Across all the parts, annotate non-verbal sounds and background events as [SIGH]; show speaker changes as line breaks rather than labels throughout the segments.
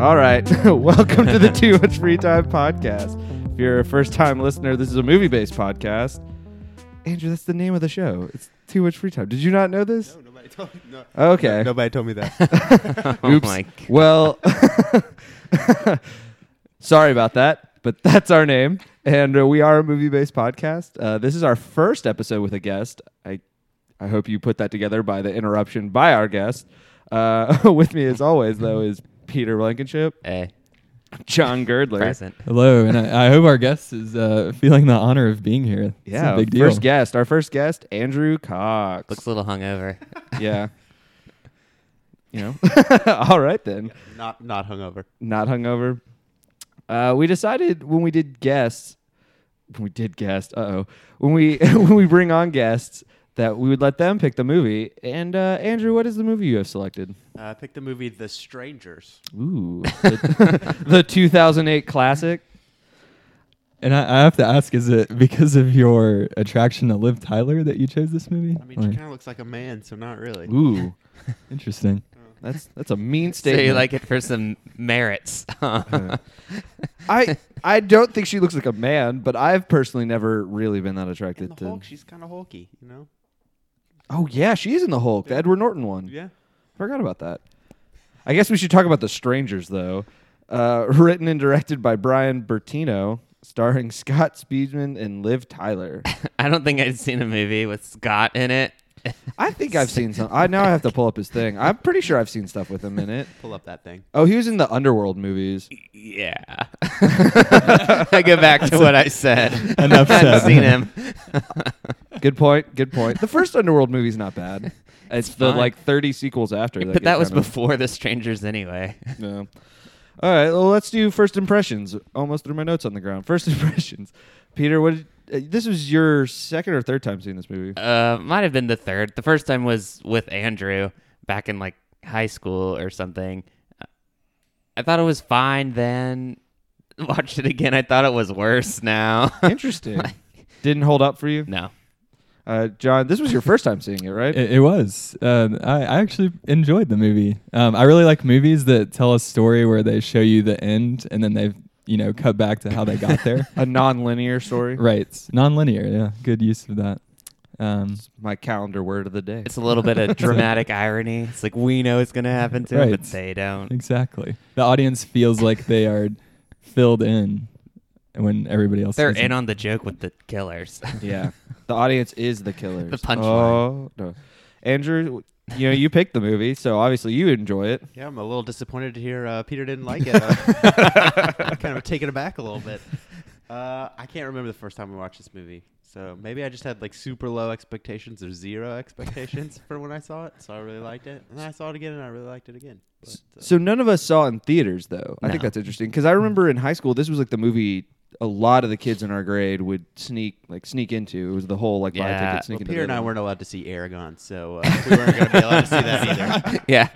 [LAUGHS] All right. [LAUGHS] Welcome to the Too Much Free Time podcast. If you're a first time listener, this is a movie based podcast. Andrew, that's the name of the show. It's Too Much Free Time. Did you not know this?
No, nobody told me. No,
[LAUGHS] Okay.
[LAUGHS] nobody told me
[LAUGHS]
that.
Oh
Oops.
my
Well, [LAUGHS] sorry about that, but that's our name. And uh, we are a movie based podcast. Uh, this is our first episode with a guest. I, I hope you put that together by the interruption by our guest. Uh, [LAUGHS] with me, as always, though, is Peter Blankenship,
Hey,
John Girdler.
present.
Hello, and I, I hope our guest is uh, feeling the honor of being here. It's
Yeah,
a big deal.
first guest. Our first guest, Andrew Cox.
Looks a little
[LAUGHS]
hungover.
yeah.
[LAUGHS]
You know. [LAUGHS] All right then.
not not hungover.
Not hungover. Uh, we decided when we did guests, when we did guests. Uh oh. When we [LAUGHS] when we bring on guests that we would let them pick the movie. And uh, Andrew, what is the movie you have selected?
Uh, I picked the movie The Strangers.
Ooh, the, [LAUGHS] the 2008 classic.
And I, I have to ask: Is it because of your attraction to Liv Tyler that you chose this movie?
I mean, she
Like,
kind of looks like a man, so not really.
Ooh,
interesting.
that's that's a mean
so
statement. Uh-huh.
you like it for some merits. [LAUGHS]
I I don't think she looks like a man, but I've personally never really been that
And
attracted
the
to.
Hulk, she's kind of hulky, you know.
Oh yeah, she is in the Hulk, the Edward Norton one.
Yeah.
Forgot about that. I guess we should talk about The Strangers though. Uh, [LAUGHS] written and directed by Brian Bertino, starring Scott Speedman and
[COUGHS]
Liv Tyler.
I don't think I'd seen a movie with Scott in it.
I think
[LAUGHS]
I've seen some. I now I have to pull up his thing. I'm pretty sure I've seen stuff with him in it.
Pull up that thing.
Oh, he was in the Underworld movies.
Yeah. [LAUGHS] I go back to what I
[LAUGHS]
said.
Enough
I've
said.
seen him.
Good point. Good point. The first Underworld movie's
[LAUGHS]
not bad. It's, the
fine.
like 30 sequels after.
but
get
that was
kinda-
before The Strangers anyway.
No. All right. Well, let's do first impressions. Almost threw my notes on the ground. [LAUGHS] First impressions. Peter, what? Did, uh, this was your second or third time seeing this
[LAUGHS]
movie.
Uh, might have been the third. The first time was with Andrew back in like high school or something. I thought it was fine then. [LAUGHS] Watched it again. I thought it was worse now. [LAUGHS]
Interesting. Didn't hold up for you,
no.
uh, John. This was your first time seeing it,
[LAUGHS]
right?
It, it was. Um, I, I actually enjoyed the movie. Um, I really like movies that tell a story where they show you the end and then they've you know cut back to how they got
[LAUGHS]
there.
A non-linear story.
[LAUGHS] right, nonlinear. Yeah, good use of that. Um,
My calendar word of the day.
It's a little bit of dramatic irony. It's like we know it's gonna happen to him,
Right.
but they don't.
Exactly. The audience feels like they are filled in when everybody else
They're
isn't.
in on the joke with the killers. [LAUGHS]
yeah. The audience is the killers.
The punchline.
Oh no, Andrew. You know you picked the movie, so obviously you enjoy it.
Yeah, I'm a little disappointed to hear uh, Peter didn't
[LAUGHS]
like it. Uh, I'm [LAUGHS] kind of taken aback a little bit. Uh, I can't remember the first time we watched this movie, so maybe I just had like super low expectations or zero
[LAUGHS]
expectations for when I saw it. So I really liked it, and then I saw it again, and I really liked it again. But, uh,
So none of us saw it in theaters, though. I think
No.
that's interesting because I remember in high school this was like the movie a lot of the kids in our grade would sneak like sneak into. It was the whole like buy a
Yeah.
ticket sneak
Well,
into.
Peter and I
theater.
weren't allowed to see Aragon, so
[LAUGHS]
uh, we weren't going to be allowed to see that either.
[LAUGHS] yeah.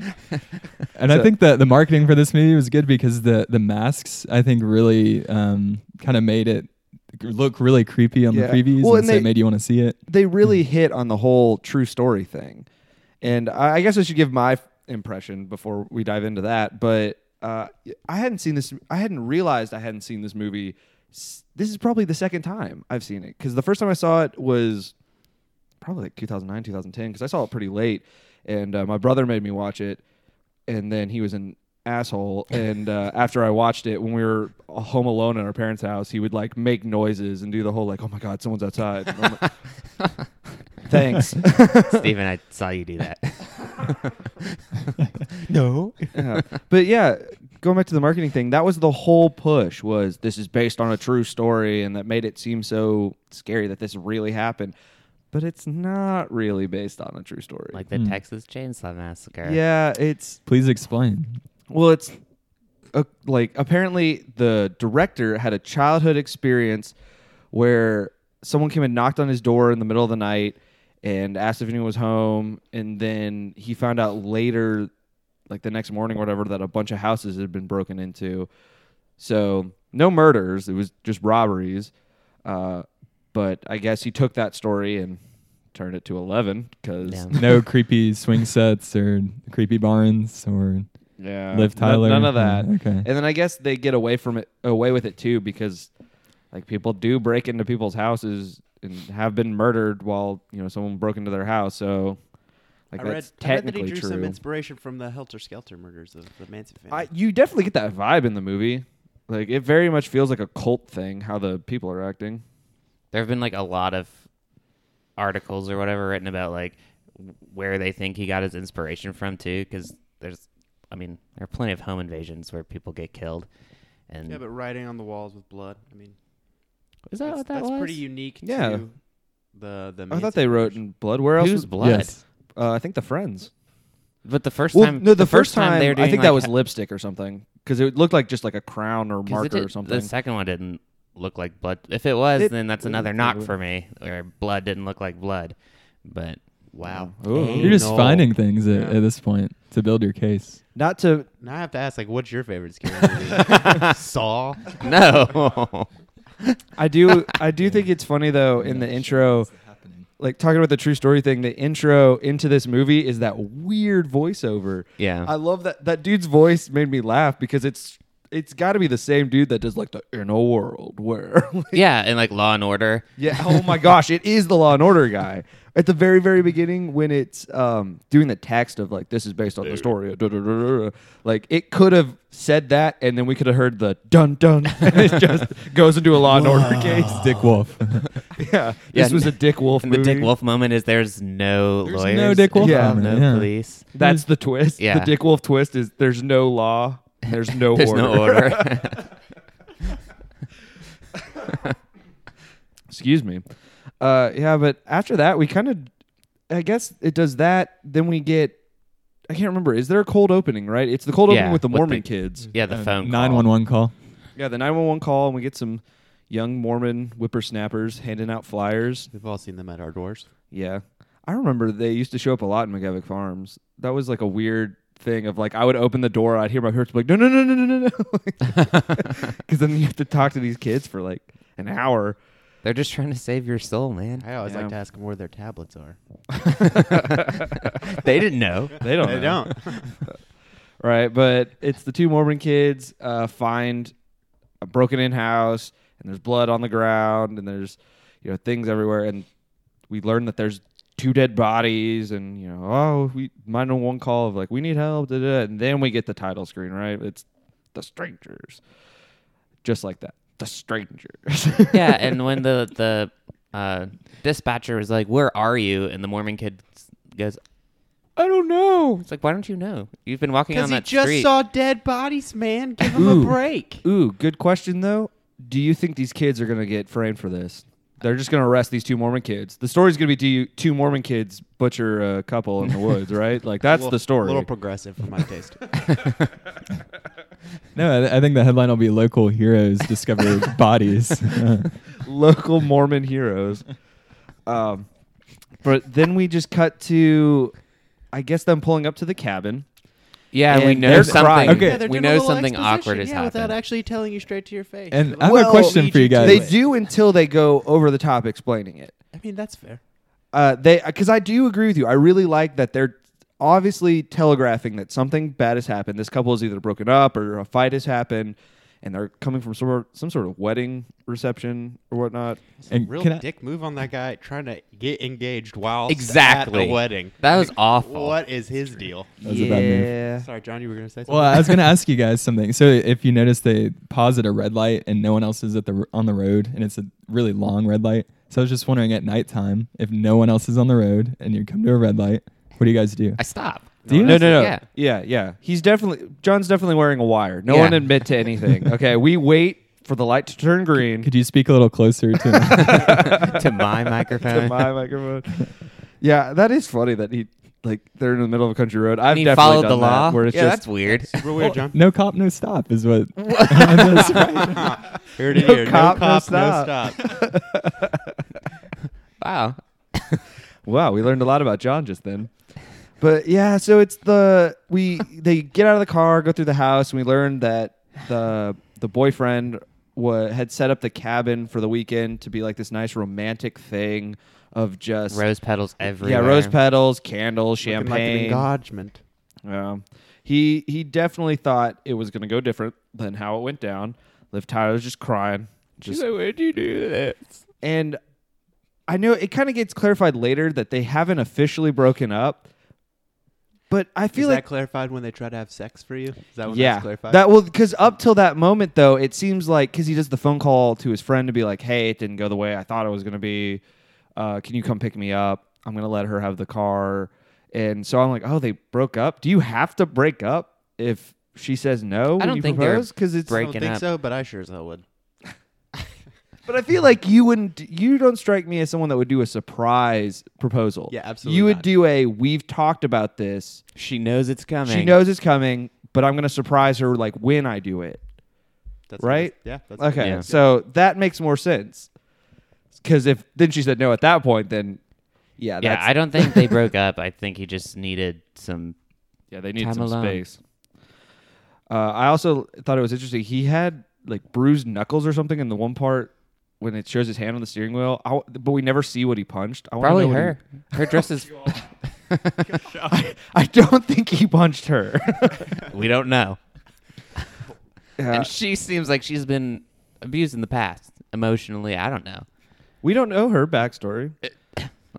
And
So-
I think that the marketing for this movie was good because the the masks I think really um, kind of made it look really creepy on
Yeah.
the previews,
Well,
and,
and
so
they-
it made you want to see it.
They really hit on the whole true story thing, and I, I guess I should give my f- impression before we dive into that. But uh, I hadn't seen this. I hadn't realized I hadn't seen this movie. S- This is probably the second time I've seen it because the first time I saw it was probably like 2009 2010 because i saw it pretty late and uh, my brother made me watch it and then he was an asshole and uh, after i watched it when we were uh, home alone at our parents house he would like make noises and do the whole like oh my god someone's outside And I'm like, thanks
Steven, I saw you do that.
No,
Yeah. but yeah going back to the marketing thing that was the whole push was this is based on a true story and that made it seem so scary that this really happened but it's not really based on a true story
Like the Texas Chainsaw Massacre.
yeah it's
please explain.
Well, it's uh, like apparently the director had a childhood experience where someone came and knocked on his door in the middle of the night and asked if anyone was home, and then he found out later, like the next morning or whatever, that a bunch of houses had been broken into. So no murders; it was just robberies. Uh, but I guess he took that story and turned it to eleven because
Yeah.
No creepy swing sets or creepy barns or
[LAUGHS] Yeah.
Liv
No-
Tyler.
Uh, none of that.
[LAUGHS] Yeah, okay.
And then I guess they get away from it away with it too because like people do break into people's houses and have been murdered while, you know, someone broke into their house. So like
I, read,
that's
I read that
technically
he drew
true.
some inspiration from the Helter Skelter murders of the Manson family.
I, you definitely get that vibe in the movie. Like it very much feels like a cult thing how the people are acting.
There have been like a lot of articles or whatever written about like where they think he got his inspiration from too, because there's, I mean, there are plenty of home invasions where people get killed,
Mm.
and
yeah, but writing on the walls with blood. I mean,
is that
that's,
what that
that's
was?
pretty unique.
Yeah.
To the the.
I
Manson
thought they wrote
version.
in blood. Where else?
Whose
was-
blood?
Yes.
Uh, I think the friends.
But the first
Well,
time,
no, the, first, time,
they were doing
I think
like,
that was lipstick or something because it looked like just like a crown or
'cause it
marker or
did-
something.
The second one didn't look like blood. If it was,
It-
then that's
it
another
did.
knock for me, where blood didn't look like blood. But
Wow.
[LAUGHS]
Ooh.
Hey,
You're just
no.
finding things at,
Yeah.
at this point to build your case.
Not to
Now I have to ask, like, what's your favorite
[LAUGHS]
scary movie? Saw.
no, [LAUGHS]
I do I do think it's funny though in the intro like talking about the true story thing the intro into this movie is that weird voiceover.
yeah,
I love that that dude's voice made me laugh because it's it's got to be the same dude that does like the in a world where [LAUGHS]
yeah, and like Law and Order.
Yeah. Oh my gosh, it is the Law and Order guy at the very, very beginning when it's um, doing the text of like this is based on the story. uh, duh, duh, duh, duh, duh. Like it could have said that, and then we could have heard the dun dun. [LAUGHS] and it just goes into a Law and Order case.
Dick Wolf.
Yeah.
Yeah,
This was a Dick Wolf
And the
movie.
Dick Wolf moment is there's no
There's
lawyers.
no Dick Wolf
Yeah.
moment,
no
yeah.
police.
That's the twist.
Hmm. Yeah.
The Dick Wolf twist is there's no law, there's
[LAUGHS]
no
There's
order.
no order. [LAUGHS]
[LAUGHS] Excuse me. Uh, yeah, but after that, we kind of, I guess it does that. Then we get, I can't remember. Is there a cold opening? Right? It's the cold
Yeah,
opening with the
with
Mormon
the- Mm.
kids.
yeah, the phone.
Nine one one call.
Yeah, the nine one one call, and we get some young Mormon whippersnappers handing out flyers.
We've all seen them at our doors.
Yeah, I remember they used to show up a lot in McGevick Farms. That was like a weird thing of like I would open the door, I'd hear my parents be like, no, no, no, no, no, no, no, [LAUGHS] because then you have to talk to these kids for like an hour.
They're just trying to save your soul, man.
I always
Yeah.
like to ask them where their tablets are.
[LAUGHS] they didn't know.
They don't.
They
know.
don't. [LAUGHS]
right? But it's the two Mormon kids uh, find a broken in house, and there's blood on the ground, and there's you know things everywhere, and we learn that there's two dead bodies, and you know oh we mine on one call of like we need help, da, da, da, and then we get the title screen right. It's the strangers, just like that. The strangers. [LAUGHS]
yeah, [LAUGHS] and when the the uh, dispatcher was like, "Where are you?" and the Mormon kid s- goes,
I don't know.
"It's like, why don't you know? You've been walking on
Because he
that
just
street."
saw dead bodies, man. Give him
Ooh.
a break.
Ooh, good question though. Do you think these kids are gonna get framed for this? They're just gonna arrest these two Mormon kids. The story's gonna be do you, two Mormon kids butcher a couple
[LAUGHS]
in the woods, right? Like that's
Little-
the story.
little progressive for my taste.
No, I, th- I think the headline will be "Local Heroes Discover Bodies."
[LAUGHS] Local Mormon heroes. Um, but then we just cut to, I guess them pulling up to the cabin.
yeah,
And
we know
they're
something.
crying. Okay.
they're
we
doing a
know
little
something
exposition,
awkward has
yeah, without
happened.
actually telling you straight to your face.
And
They're
I have a
"We'll
question
lead
for you
to
guys."
They
it."
do until they go over the top explaining it.
I mean, that's fair.
Uh, they because I do agree with you. I really like that they're obviously telegraphing that something bad has happened. This couple is either broken up or a fight has happened, and they're coming from some some sort of wedding reception or whatnot.
and
Real
can I-
dick move on that guy trying to get engaged while
Exactly.
at a wedding.
That was awful.
What is his deal?
That was a bad move.
Sorry, John, you were gonna say something.
Well, I was going to ask you guys something. So, if you notice, they pause at a red light and no one else is at the on the road, and it's a really long red light. So, I was just wondering at nighttime, if no one else is on the road and you come to a red light, what do you guys do?
I stop.
Do you?
No, no, no.
Yeah.
Yeah. yeah, He's definitely John's definitely wearing a wire. No
Yeah.
one admit to [LAUGHS] anything. okay, we wait for the light to turn green.
Could you speak a little
[LAUGHS]
closer to?
to my
[LAUGHS]
microphone.
[LAUGHS] to my microphone. Yeah, that is funny that he like they're in the middle of a country road. I've
and he
definitely
followed
done
the law.
that, where it's
yeah,
just
that's
[LAUGHS]
weird.
Super weird, John.
no cop, no stop is
[LAUGHS]
what. [LAUGHS]
Here it is.
No
here.
cop, no
No
[LAUGHS]
stop.
wow.
Wow, we learned a lot about John just then. But yeah, so it's the we they get out of the car, go through the house, and we learn that the the boyfriend wa- had set up the cabin for the weekend to be like this nice romantic thing of just
Rose petals everywhere.
yeah, rose petals, candles,
Looking like an
champagne.
engagement.
yeah. He he definitely thought it was going to go different than how it went down. Liv Tyler's just crying. Just
where'd you do this?
and I know it kind of gets clarified later that they haven't officially broken up. But I
Is
feel
that
like
clarified when they try to have sex for you? Is that when
yeah,
that's clarified?
that well, because up till that moment though, it seems like because he does the phone call to his friend to be like, "Hey, it didn't go the way I thought it was gonna be. Uh, can you come pick me up? I'm gonna let her have the car." And so I'm like, "Oh, they broke up. Do you have to break up if she says no?
I
when
don't
you
think they're
because it's.
I
break-
don't
breaking
think
up.
so, but I sure as hell would.
But I feel like you wouldn't. You don't strike me as someone that would do a surprise proposal.
Yeah, absolutely
You would
not.
do a. We've talked about this.
She knows it's coming.
She knows it's coming, but I'm gonna surprise her like when I do it.
That's
Right?
Yeah. That's
Okay,
Yeah.
so that makes more sense. Because if then she said no at that point, then yeah,
Yeah,
that's,
I don't think they broke up. I think he just needed some.
yeah, they need
Time
some
alone.
space. Uh, I also thought it was interesting. He had like bruised knuckles or something in the one part when it shows his hand on the steering wheel, I w but we never see what he punched. I wanna
Probably
know what he-
her. Her dress is.
I, I don't think he punched her.
[LAUGHS] we don't know.
Yeah.
and she seems like she's been abused in the past emotionally. I don't know.
we don't know her backstory.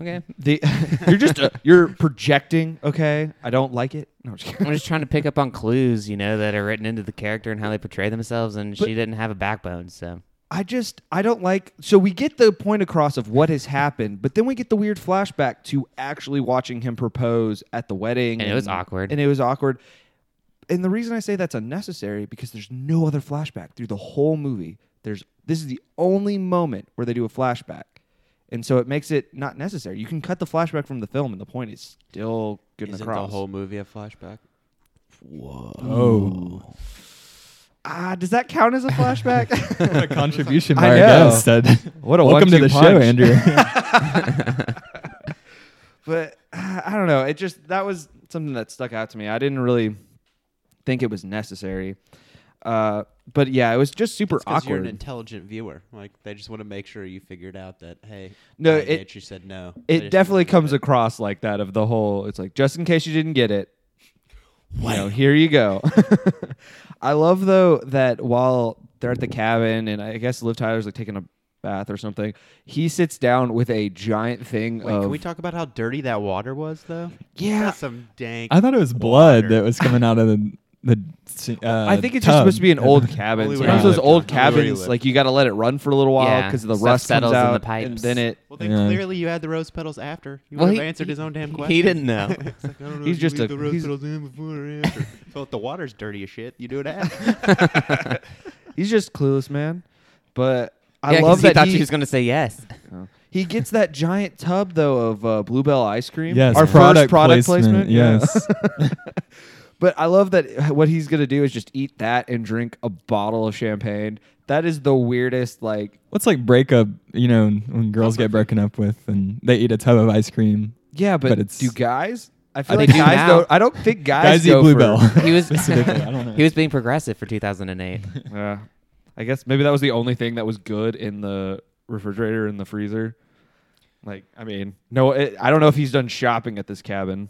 Okay,
The [LAUGHS] you're just uh, you're projecting. Okay, I don't like it. No, I'm just kidding.
I'm just trying to pick up on clues, you know, that are written into the character and how they portray themselves. And
But-
she didn't have a backbone, so
I just I don't like so we get the point across of what has happened, but then we get the weird flashback to actually watching him propose at the wedding.
And it was awkward.
And it was awkward. And the reason I say that's unnecessary because there's no other flashback through the whole movie. There's this is the only moment where they do a flashback. And so it makes it not necessary. You can cut the flashback from the film and the point is still good and
Isn't
across.
the whole movie a flashback?
Oh,
ah, does that count as
[LAUGHS]
a flashback? [LAUGHS]
what
[LAUGHS]
a contribution
I
by our
know.
guest. Ed.
what a
Welcome to
one-two
the show,
punch.
Andrew.
but [SIGHS] uh, I don't know. It just that was something that stuck out to me. I didn't really think it was necessary. Uh, but yeah, it was just super
It's 'cause You're an
awkward.
intelligent viewer. Like they just want to make sure you figured out that hey,
No,
I
it-
did, she said no. They
it
just
definitely
wanna
comes
make
across like that of the whole. It's like just in case you didn't get it, you know, here you go. [LAUGHS] I love though that while they're at the cabin and I guess Liv Tyler's like taking a bath or something, he sits down with a giant thing
Wait,
of
can we talk about how dirty that water was though?
Yeah.
That's some dank.
I thought it was blood
Water.
that was coming out of the. the uh,
I think [LAUGHS] it's
tub.
just supposed to be an old cabin.
Only
So
where
Sometimes
you
those
lived
old
on. Only where you
cabins,
lived.
like you got to let it run for a little while
Yeah,
because the
stuff
rust
settles
comes
in the
out, and
pipes.
then it.
well, then
Yeah.
clearly you had the rose petals after. You
Well,
would have
he-
answered his own damn
he
question.
didn't know.
[LAUGHS] It's like, I don't know
He's
if
just
you
a-
eat the rose
he's-
petals in before or after. [LAUGHS] so if the water's dirty as shit, you do it after.
[LAUGHS] [LAUGHS] He's just clueless, man. But I
yeah, 'cause
love
he
that
thought
he,
she was gonna say yes.
Oh. [LAUGHS] he gets that giant tub though of uh, Bluebell ice cream.
Yes,
our
product
first product
placement,
placement. yeah.
yes.
[LAUGHS] but I love that what he's gonna do is just eat that and drink a bottle of champagne. That is the weirdest. Like,
What's like breakup? You know, when girls get broken up with and they eat a tub of ice cream.
yeah, but,
But it's-
do guys? I feel
they
like
do
guys
now.
don't. I don't think guys,
Guys, eat
go for- [LAUGHS]
bluebell.
He
[LAUGHS]
was
It's different, I don't know.
[LAUGHS] he was being progressive for 2008.
Yeah. I guess maybe that was the only thing that was good in the refrigerator and the freezer. Like, I mean, no, it, I don't know if he's done shopping at this cabin.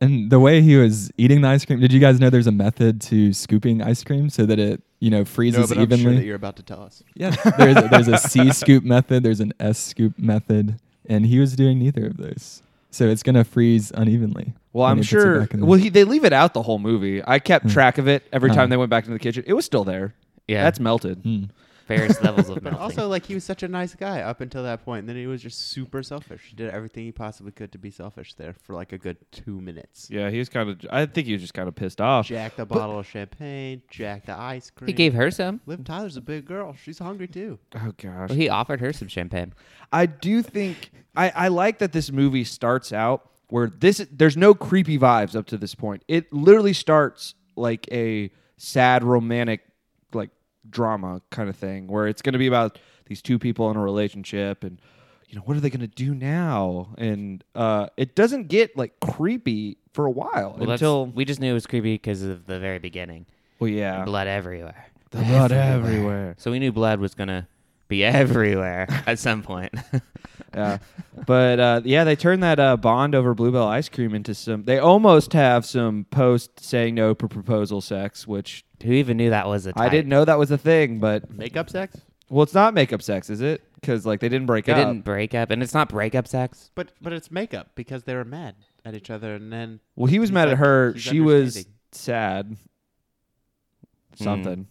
And the way he was eating the ice cream, did you guys know there's a method to scooping ice cream so that it, you
[LAUGHS]
know,
no,
freezes
but I'm sure
evenly?
that you're about to tell us.
yeah, there's a, there's a C [LAUGHS] scoop method, there's an S scoop method, and he was doing neither of those. So it's gonna freeze unevenly.
Well,
when
I'm
he puts it
sure.
back in the- Hmm.
Well, he, they leave it out the whole movie. I kept track of it every time
Oh.
they went back into the kitchen. It was still there.
Yeah,
That's melted.
Hmm.
various levels of
But
melting.
also, like, he was such a nice guy up until that point, and then he was just super selfish. He did everything he possibly could to be selfish there for like a good two minutes.
Yeah, he was kind of. I think he was just kind of
[LAUGHS]
pissed off.
Jack the bottle of champagne, Jack the ice cream.
he gave her some.
Liv Tyler's a big girl. She's hungry too.
Oh gosh.
Well, he offered her some champagne.
I do think I, I like that this movie starts out where this there's no creepy vibes up to this point. It literally starts like a sad romantic like drama kind of thing where it's going to be about these two people in a relationship and you know what are they going to do now and uh, it doesn't get like creepy for a while
Well, that's-
until
we just knew it was creepy because of the very beginning.
well yeah
Blood everywhere.
the blood everywhere
So we knew blood was gonna be [LAUGHS] everywhere at some point. [LAUGHS]
yeah. But uh, yeah, they turned that uh, Bond over Bluebell ice cream into some. They almost have some post saying no for proposal sex, which
Who even knew that was a type?
I didn't know that was a thing. But
Makeup sex?
well, it's not makeup sex, is it? Because like they didn't break
They
up.
didn't break up, and it's not breakup sex.
But but it's makeup because they were mad at each other and then
Well, he was
He's
mad
like-
at her.
he's
She was
understanding.
sad. Something.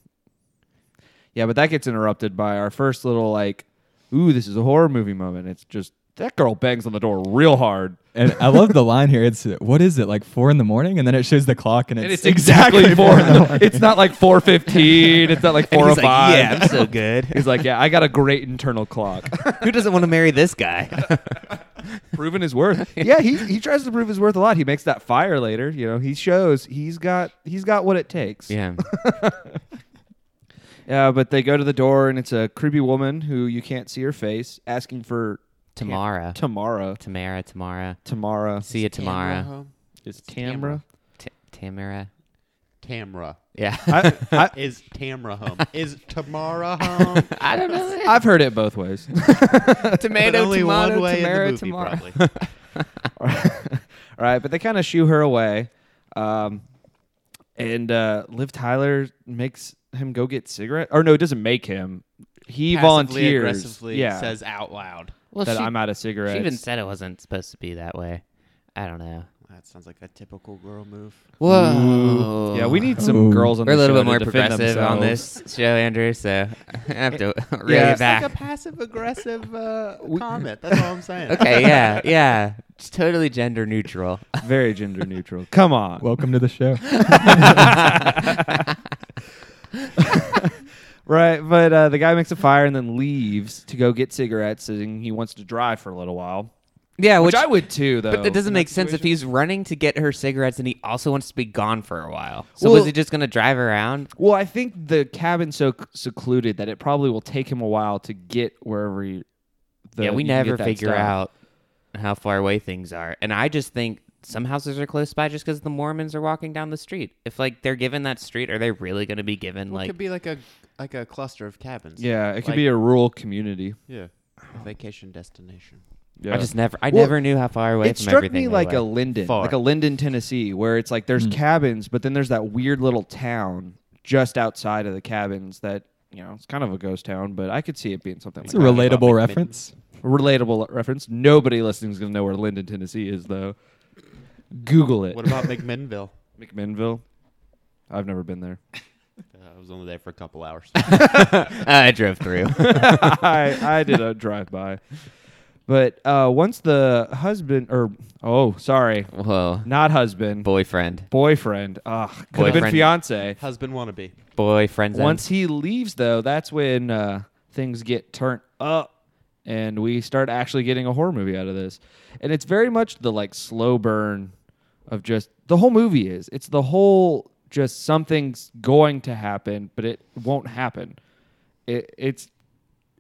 Yeah, but that gets interrupted by our first little like, ooh, this is a horror movie moment. It's just that girl bangs on the door real hard.
And I love the line here. It's uh, what is it like four in the morning, and then it shows the clock, and it's,
And it's exactly four. in the- it's not like four fifteen. It's not
[LAUGHS]
like
And
four
he's
o
like,
five.
yeah, I'm so good.
[LAUGHS] He's like, yeah, I got a great internal clock,
Who doesn't want to marry this guy?
proving his worth. [LAUGHS] Yeah, he he tries to prove his worth a lot. He makes that fire later. You know, he shows he's got he's got what it takes.
yeah.
Yeah, but they go to the door and it's a creepy woman who you can't see her face asking for
Tamara.
Tamara.
Tamara, Tamara.
Tamara
See you tomorrow.
Tamra.
is
Tamara.
Tamara.
T- Tamara. [LAUGHS]
Tamra.
Yeah.
I, I,
Is Tamra
[LAUGHS]
home? Is Tamara home?
I don't know.
[LAUGHS] I've heard it both ways.
But
[LAUGHS] tomato,
only
tomato,
one way
Tamara,
in the movie,
Tamara. [LAUGHS]
probably.
All right, but they kind of shoo her away. Um, and uh, Liv Tyler makes him go get cigarette. Or no, it doesn't make him.
Passively
He volunteers.
aggressively
yeah,
says out loud.
Well,
that
she,
I'm out of
she
cigarettes.
even said it wasn't supposed to be that way. I don't know.
That sounds like a typical girl move.
Whoa.
yeah, we need some
Ooh.
girls on
We're a
the
little
show
bit more
to defend
progressive on
themselves.
this show, Andrew. So I have
[LAUGHS]
to read
Yeah.
it
It's
It's like
back.
a passive aggressive uh, comment. That's all I'm saying.
[LAUGHS] okay. Yeah. Yeah. It's totally gender neutral. [LAUGHS]
[LAUGHS] Very gender neutral. Come on.
[LAUGHS] Welcome to the show.
Right, but uh, the guy makes a fire and then leaves to go get cigarettes, and he wants to drive for a little while.
Yeah.
Which,
Which,
I would too, though.
But it doesn't
in
make
that
sense if
situation.
he's running to get her cigarettes and he also wants to be gone for a while. So
Well-
was he just going to drive around?
Well, I think the cabin's so c- secluded that it probably will take him a while to get wherever. He, the,
yeah, we
you can
never
get that
figure
stuff.
out how far away things are. And I just think some houses are close by just because the Mormons are walking down the street. If like they're given that street, are they really going to be given
Well, it
like?
could be like a like a cluster of cabins.
Yeah, it could
Like-
be a rural community.
Yeah. A vacation destination.
Yeah.
I just never, I
Well,
never knew how far away
it
from
struck
everything Mm. they
me like a
were.
Linden,
Far.
like a Linden, Tennessee, where it's like there's cabins, but then there's that weird little town just outside of the cabins that you know it's kind of a ghost town, but I could see it being something
It's a
like that.
relatable reference.
relatable reference. Nobody listening is going to know where Linden, Tennessee is, though. Google it.
What about [LAUGHS] McMinnville?
McMinnville? I've never been there.
Uh, I was only there for a couple [LAUGHS] hours.
[LAUGHS] I drove
[LAUGHS]
through.
I, I did a drive by. But uh, once the husband, or, oh, sorry,
Whoa,
not husband,
boyfriend,
boyfriend, ugh, could have been
Boyfriend.
fiance.
Husband wannabe.
boyfriend's end.
Once he leaves, though, that's when uh, things get turned up. And we start actually getting a horror movie out of this. And it's very much the like slow burn of just the whole movie is. It's the whole just something's going to happen, but it won't happen. It, it's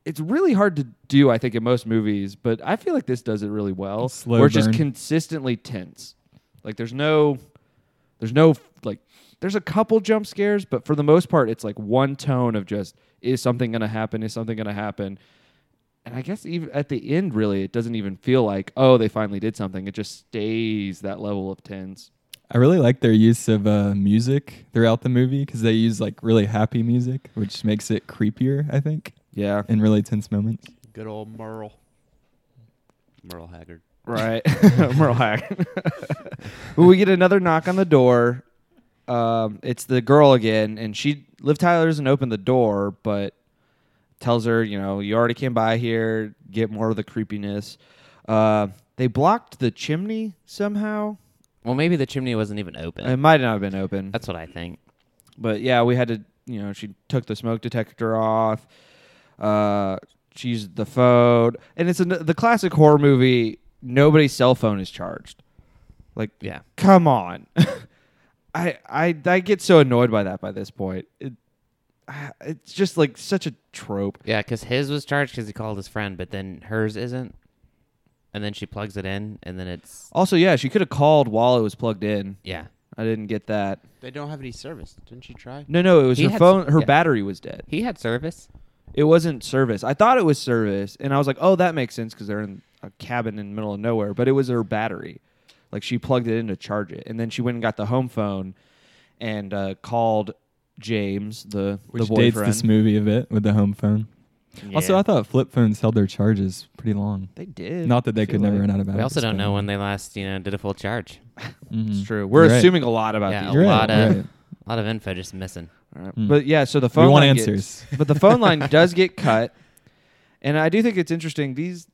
it's really hard to do, I think, in most movies, but I feel like this does it really well.
Slow
where it's just
burn.
consistently tense. Like there's no there's no like there's a couple jump scares, but for the most part it's like one tone of just is something going to happen? Is something going to happen? And I guess even at the end really it doesn't even feel like oh they finally did something. It just stays that level of tense.
I really like their use of uh, music throughout the movie because they use like really happy music, which makes it creepier, I think,
Yeah.
in really tense moments.
Good old Merle. Merle Haggard.
Right. [LAUGHS] Merle Haggard. [LAUGHS] well, we get another knock on the door. Um, it's the girl again, and she Liv Tyler doesn't open the door, but tells her, you know, you already came by here. Get more of the creepiness. Uh, they blocked the chimney somehow.
well, maybe the chimney wasn't even open.
It might not have been open,
That's what I think.
but yeah, we had to. You know, she took the smoke detector off. Uh, she used the phone, and it's an, the classic horror movie. Nobody's cell phone is charged. Like
Yeah,
come on. [LAUGHS] I, I I get so annoyed by that by this point. It, [SIGHS] I- it's just like such a trope.
yeah, because his was charged because he called his friend, but then hers isn't. And then she plugs it in, and then it's
Also, yeah, she could have called while it was plugged in.
yeah.
I didn't get that.
They don't have any service. Didn't she try?
No, no, it was
He
her
had
phone.
some-
her
yeah.
battery was dead.
He had service.
It wasn't service. I thought it was service, and I was like, "Oh, that makes sense because they're in a cabin in the middle of nowhere." But it was her battery. Like she plugged it in to charge it, and then she went and got the home phone and uh, called James, the
Which
the
dates
boyfriend.
this movie a bit with the home phone. Also,
Yeah.
I thought flip phones held their charges pretty long.
They did.
Not that they
I feel
could never
like-
run out of batteries.
we also don't
but-
know when they last, you know, did a full charge.
Mhm.
It's true. We're
You're right.
assuming a lot about
Yeah,
these.
a
You're right,
lot
you're
of [LAUGHS]
right.
a lot of info just missing.
All right.
Mm.
But yeah, so the phone
want
line
answers.
Gets, but the phone
[LAUGHS]
line does get cut, and I do think it's interesting. These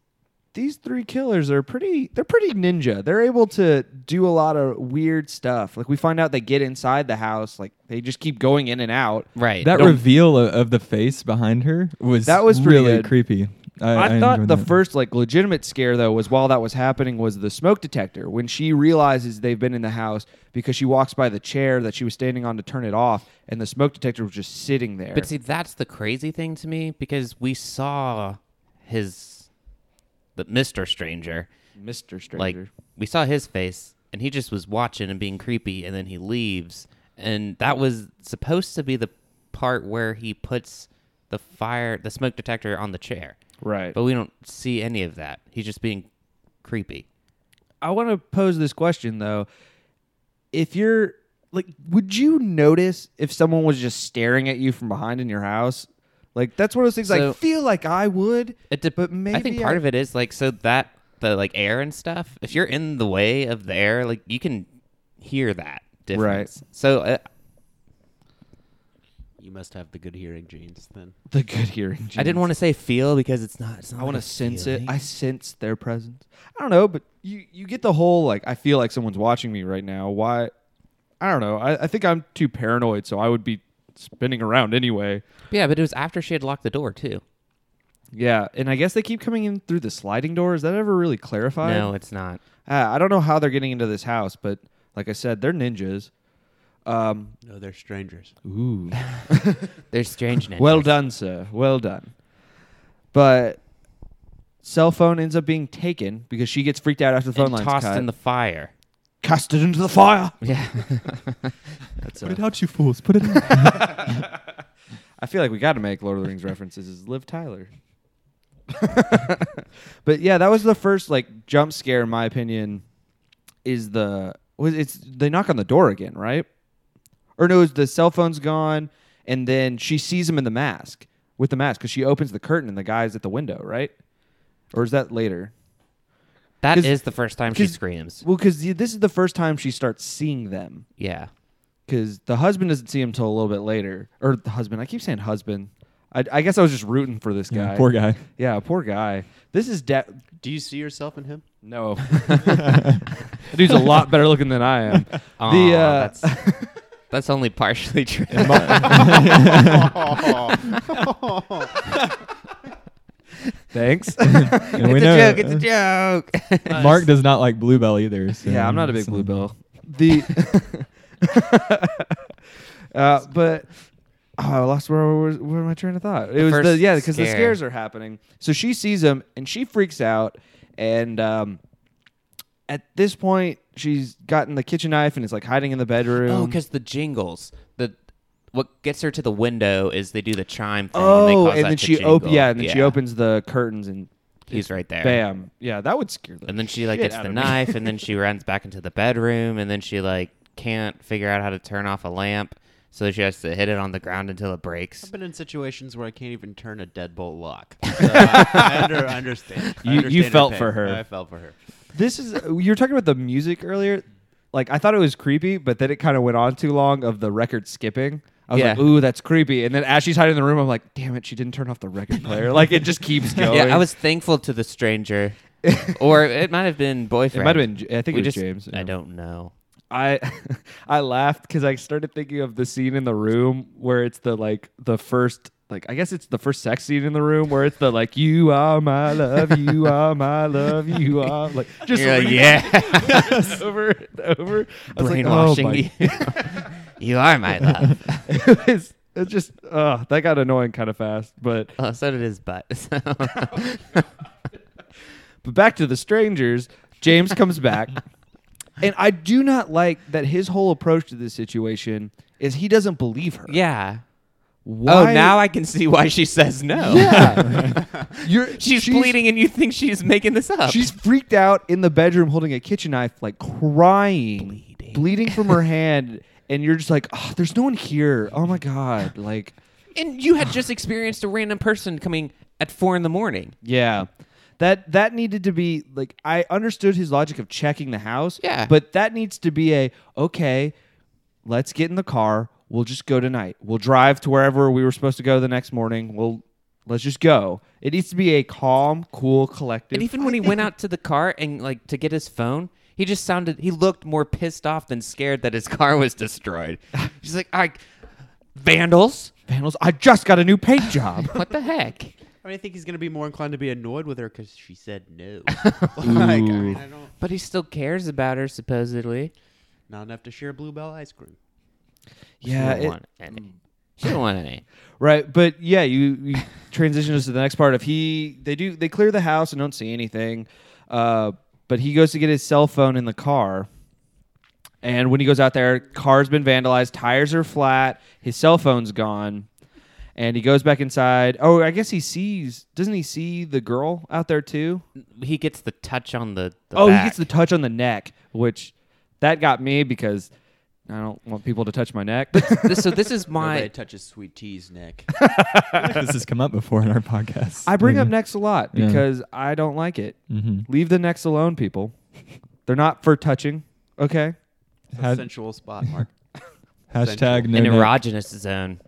these three killers are pretty. They're pretty ninja. They're able to do a lot of weird stuff. Like we find out they get inside the house. Like they just keep going in and out.
Right.
That
Don't-
reveal of, of the face behind her was
That was pretty
really
good.
creepy. I,
I,
I
thought
enjoyed
the
that.
first like legitimate scare though was while that was happening was the smoke detector when she realizes they've been in the house because she walks by the chair that she was standing on to turn it off and the smoke detector was just sitting there.
But see, that's the crazy thing to me because we saw his the Mr. Stranger.
Mr. Stranger.
Like we saw his face and he just was watching and being creepy and then he leaves. And that was supposed to be the part where he puts the fire the smoke detector on the chair.
right.
But we don't see any of that. He's just being creepy.
I want to pose this question though. If you're like, would you notice if someone was just staring at you from behind in your house? Like that's one of those things. I
So-
feel like I would.
It dep-
But maybe
I think part
I-
of it is like so that the like air and stuff. If you're in the way of the air, like you can hear that difference. So uh,
You must have the good hearing genes then.
The good hearing.
I didn't want to say feel because it's not. It's not
I want to sense it. I
I
sense their presence. I don't know, but you you get the whole like I feel like someone's watching me right now. Why? I don't know. I, I think I'm too paranoid, so I would be spinning around anyway.
yeah, but it was after she had locked the door too.
Yeah, and I guess they keep coming in through the sliding door. Is that ever really clarified?
No, it's not.
Uh, I don't know how they're getting into this house, but like I said, they're ninjas. Um,
No, they're strangers.
Ooh.
They're strange names.
[LAUGHS] well done, sir. Well done. But cell phone ends up being taken because she gets freaked out after the phone
and
line's
tossed
cut.
in the fire.
Cast it into the fire.
Yeah,
That's
Put
a,
it out, you fools. Put it out.
I feel like we got to make Lord of the Rings references. Is Liv Tyler? but yeah, that was the first like jump scare, in my opinion. Is the was it's they knock on the door again, right? Or no, it's the cell phone's gone, and then she sees him in the mask with the mask because she opens the curtain and the guy's at the window, right? Or is that later?
that
'Cause-
is the first time she
'cause-
screams.
Well, because this is the first time she starts seeing them.
Yeah,
because the husband doesn't see him till a little bit later. Or the husband, I keep saying husband. I, I guess I was just rooting for this [LAUGHS] guy.
Yeah, poor guy.
Yeah, poor guy. This is de-
Do you see yourself in [LAUGHS] him?
[LAUGHS] no. That dude's a lot better looking than I am.
[LAUGHS]
[LAUGHS]
Aw,
the uh, [LAUGHS]
that's that's only partially true.
[LAUGHS]
[LAUGHS] thanks.
[LAUGHS] And we
it's
know-
a joke. It's a joke. [LAUGHS]
Mark does not like Bluebell either. So
yeah, I'm not a big
so-
bluebell. The [LAUGHS] uh, but oh, I lost where where, where my train of thought. It was the
first
yeah because the
scare.
scares are happening. So she sees him and she freaks out and. um at this point, she's gotten the kitchen knife and is like hiding in the bedroom.
Oh, because the jingles. The what gets her to the window is they do the chime thing. and, they
Oh,
cause
and,
that
then
to
she op-
jingle.
yeah, and then she
Yeah.
opens the curtains and
He's right there.
bam, yeah, that would scare them.
And then she like
Shit
gets
out
the
of me.
knife, and then she runs back into the bedroom, and then she like can't figure out how to turn off a lamp, so she has to hit it on the ground until it breaks.
I've been in situations where I can't even turn a deadbolt lock. [LAUGHS] So I, I under, understand. I
You- you
understand her
felt
pain.
for her.
I felt for her.
This is you were talking about the music earlier. Like I thought it was creepy, but then it kind of went on too long of the record skipping. I was like,
Yeah.
"Ooh, that's creepy." And then as she's hiding in the room, I'm like, "Damn it, she didn't turn off the record player." like it just keeps
[LAUGHS]
going.
Yeah, I was thankful to the stranger,
[LAUGHS]
or it might have been
It
boyfriend.
might have been. J- I think
We
it was
just-
James.
I
yeah.
don't know.
I [LAUGHS] I laughed because I started thinking of the scene in the room where it's the like the first like I guess it's the first sex scene in the room where it's the like you are my love, you are my love, you are like just
You're like,
reading
yeah,
it over and over. [LAUGHS] I was like,
[LAUGHS]
oh
brainwashing
my
you. [LAUGHS] you are my love.
[LAUGHS]
[LAUGHS]
it was it just uh that got annoying kind of fast but
Well, so did his butt. [LAUGHS] so.
[LAUGHS] but back to the strangers james comes [LAUGHS] back and i do not like that his whole approach to this situation is he doesn't believe her
yeah.
Why-
Oh, now I can see why she says no.
Yeah.
[LAUGHS]
You're,
She's, bleeding, and you think she's making this up.
She's freaked out in the bedroom holding a kitchen knife, like crying, bleeding, from [LAUGHS] her hand. And you're just like, oh, there's no one here. Oh my God. Like,
and you had just experienced a random person coming at four in the morning.
yeah. That that needed to be like I understood his logic of checking the house.
Yeah.
But that needs to be a okay, let's get in the car. We'll just go tonight. We'll drive to wherever we were supposed to go the next morning. We'll let's just go. It needs to be a calm, cool, collective.
And even when he went out to the car and like to get his phone, he just sounded he looked more pissed off than scared that his car was
[LAUGHS]
destroyed. She's like, I vandals?
panels. I just got a new paint job. [LAUGHS]
What the heck?
I mean, I think he's gonna be more inclined to be annoyed with her because she said
[LAUGHS]
no. [LAUGHS] like, I mean, I don't.
But he still cares about her supposedly.
Not enough to share Bluebell ice cream.
yeah.
she
it-
don't want any. She don't want any.
Right, but yeah, you, you [LAUGHS] transition us to the next part. If he, they do, they clear the house and don't see anything, uh, but he goes to get his cell phone in the car, and when he goes out there, car's been vandalized, tires are flat, his cell phone's gone, and he goes back inside. Oh, I guess he sees. Doesn't he see the girl out there too?
He gets the touch on the, the
oh,
back.
he gets the touch on the neck, which that got me because I don't want people to touch my neck.
This- so this
[LAUGHS]
is
Nobody
my
touches Sweet Tea's neck.
this has come up before in our podcast.
I bring up necks a lot
Yeah.
because I don't like it.
hmm
Leave the necks alone, people. They're not for touching. Okay.
Had-
sensual spot, Mark.
Hashtag no
an
Mm-hmm.
neck.
erogenous zone.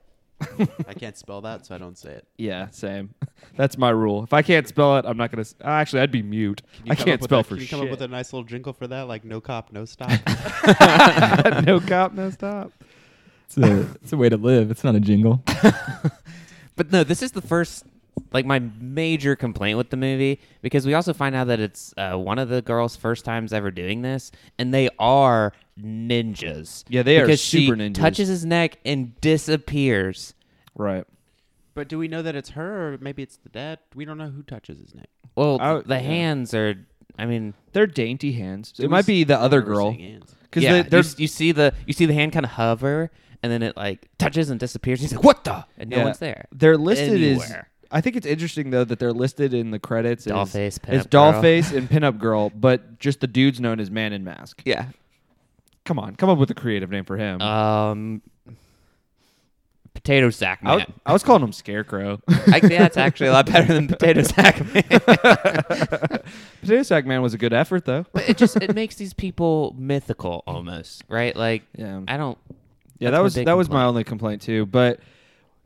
I can't spell that, so I don't say it.
Yeah, same. [LAUGHS] That's my rule. If I can't spell it, I'm not gonna. s- Actually, I'd be mute.
Can you
I
come up
can't
with
spell
a,
for
Can you
shit.
come up with a nice little jingle for that, like "No cop, no
[LAUGHS]
stop"?
no cop, no stop.
It's a, it's a way to live. It's not
[LAUGHS]
a jingle.
But no, this is the first, like my major complaint with the movie because we also find out that it's uh, one of the girls' first times ever doing this, and they are ninjas.
Yeah, they are
because
super
she
ninjas.
Touches his neck and disappears.
Right.
but do we know that it's her, or maybe it's the dad? We don't know who touches his neck.
Well,
I-
the
yeah.
hands are. I mean,
They're dainty hands.
Do
it
we
might be
s-
the
I don't
other
remember
girl
seeing hands.
because
yeah,
they,
you,
are
s- you see the you see the hand kind of hover, and then it like touches and disappears. He's like, "What the?" And no
Yeah.
one's there.
they're listed as.
Anywhere.
I think it's interesting though that they're listed in the credits as-
Dollface,
as
Pinup Girl.
Dollface and Pinup Girl, but just the dude's known as Man in Mask.
Yeah.
Come on, come up with a creative name for him.
Um. Potato sack
I,
man.
was, I was calling him Scarecrow. [LAUGHS]
I, yeah, that's actually a lot better than potato sack man.
Potato Sack Man was a good effort, though.
[LAUGHS] but it just it makes these people mythical almost, right? Like
Yeah,
I don't.
yeah.
that's
That
my
was that
big
was my
complaint.
only complaint too. But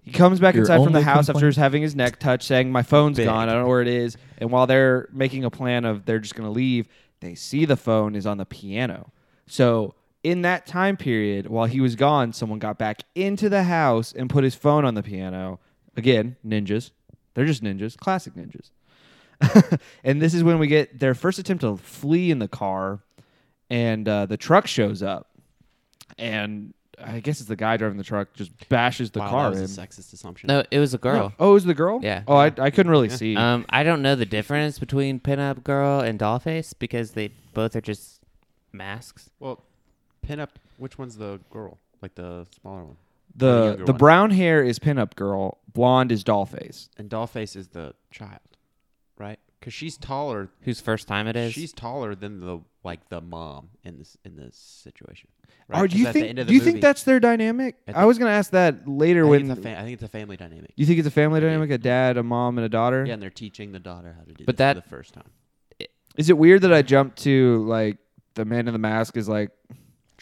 he comes back
Your
inside from the
only
house after
complaint?
having his neck touched, saying, "My phone's
Big.
gone. I don't know where it is." And while they're making a plan of they're just gonna leave, they see the phone is on the piano. So in that time period, while he was gone, someone got back into the house and put his phone on the piano. Again, ninjas. They're just ninjas, classic ninjas. and this is when we get their first attempt to flee in the car, and uh, the truck shows up, and I guess it's the guy driving the truck just bashes the
Wow,
car
that
in.
was a sexist assumption.
No, it was a girl.
No. Oh, it was the girl?
Yeah.
Oh, I, I couldn't really see.
Uh,
Um, I don't know the difference between Pinup Girl and Dollface because they both are just masks.
Well, pin up. Which one's the girl? Like the smaller one. the
the
younger
the
one.
brown hair is pinup girl, blonde is dollface.
And Dollface is the child, right? Because she's taller.
Whose first time it is?
She's taller than the like the mom in this in this situation. Right?
Oh, do
'Cause
you
at the
think
end of
do
the
you
movie-
think that's their dynamic?
At
I
the-
was gonna ask that
I
later
think,
when
it's a fa- I think it's a family dynamic.
you think it's a family
I think-
dynamic, a dad, a mom, and a daughter.
Yeah, and they're teaching the daughter how to do
But
but that,
that-
for the first time.
Is it weird that I jumped to like the man in the mask is like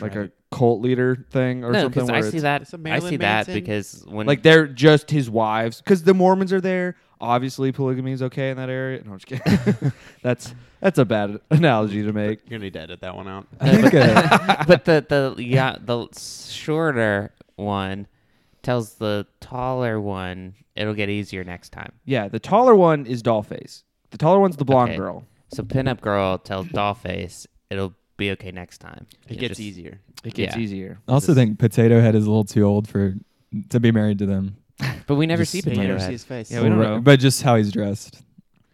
like a
Tragic.
cult leader thing or
no,
something?
because
where
I
it's-
see that.
it's a
I
Marilyn
see that
Manson.
because when
Like they're just his wives, because the Mormons are there. Obviously, polygamy is okay in that area. No, I'm just kidding. that's that's a bad analogy to make.
You're gonna need to edit that one out.
I think uh,
but
[LAUGHS]
the [LAUGHS] the yeah the shorter one tells the taller one it'll get easier next time.
Yeah, the taller one is Dollface. The taller one's the blonde
Okay.
girl.
So Pinup Girl tells Dollface it'll be okay next time.
It
You
gets
just-
easier.
It gets
Yeah.
easier.
I also think Potato Head is a little too old for to be married to them.
But we never
Just
see
super
You
Potato
never see
Head.
his face.
Yeah, we don't
Or-
know.
But just how he's dressed.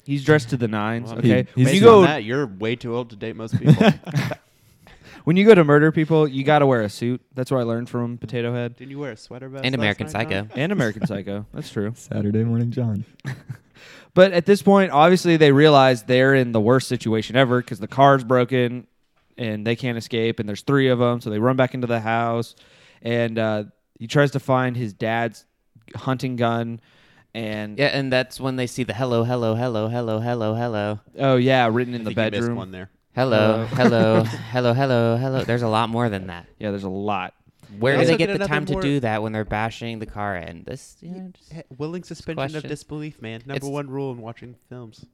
He's dressed to the nines.
Well,
okay, [LAUGHS]
he- he's
when you
Based
go [LAUGHS]
on that, you're way too old to date most people.
When you go to murder people, you got to wear a suit. That's what I learned from Potato Head
Didn't you wear a sweater vest?
And
last
American
night, John?
Psycho.
and American Psycho. That's true.
Saturday morning, John.
But at this point, obviously, they realize they're in the worst situation ever because the car's broken and they can't escape. And there's three of them. So they run back into the house. And uh, he tries to find his dad's hunting gun. And
Yeah, and that's when they see the hello, hello, hello, hello, hello, hello,
oh, yeah, written in
I
the
think you missed
bedroom.
one there.
hello, hello, hello, hello, hello. There's a lot more than that.
Yeah, there's a lot.
Where
They
do they
also
get
did
the
another
time to
more-
do that when they're bashing the car? And this, you know, just-
Hey, willing suspension
question.
of disbelief, man. Number
It's-
one rule in watching
[LAUGHS]
films.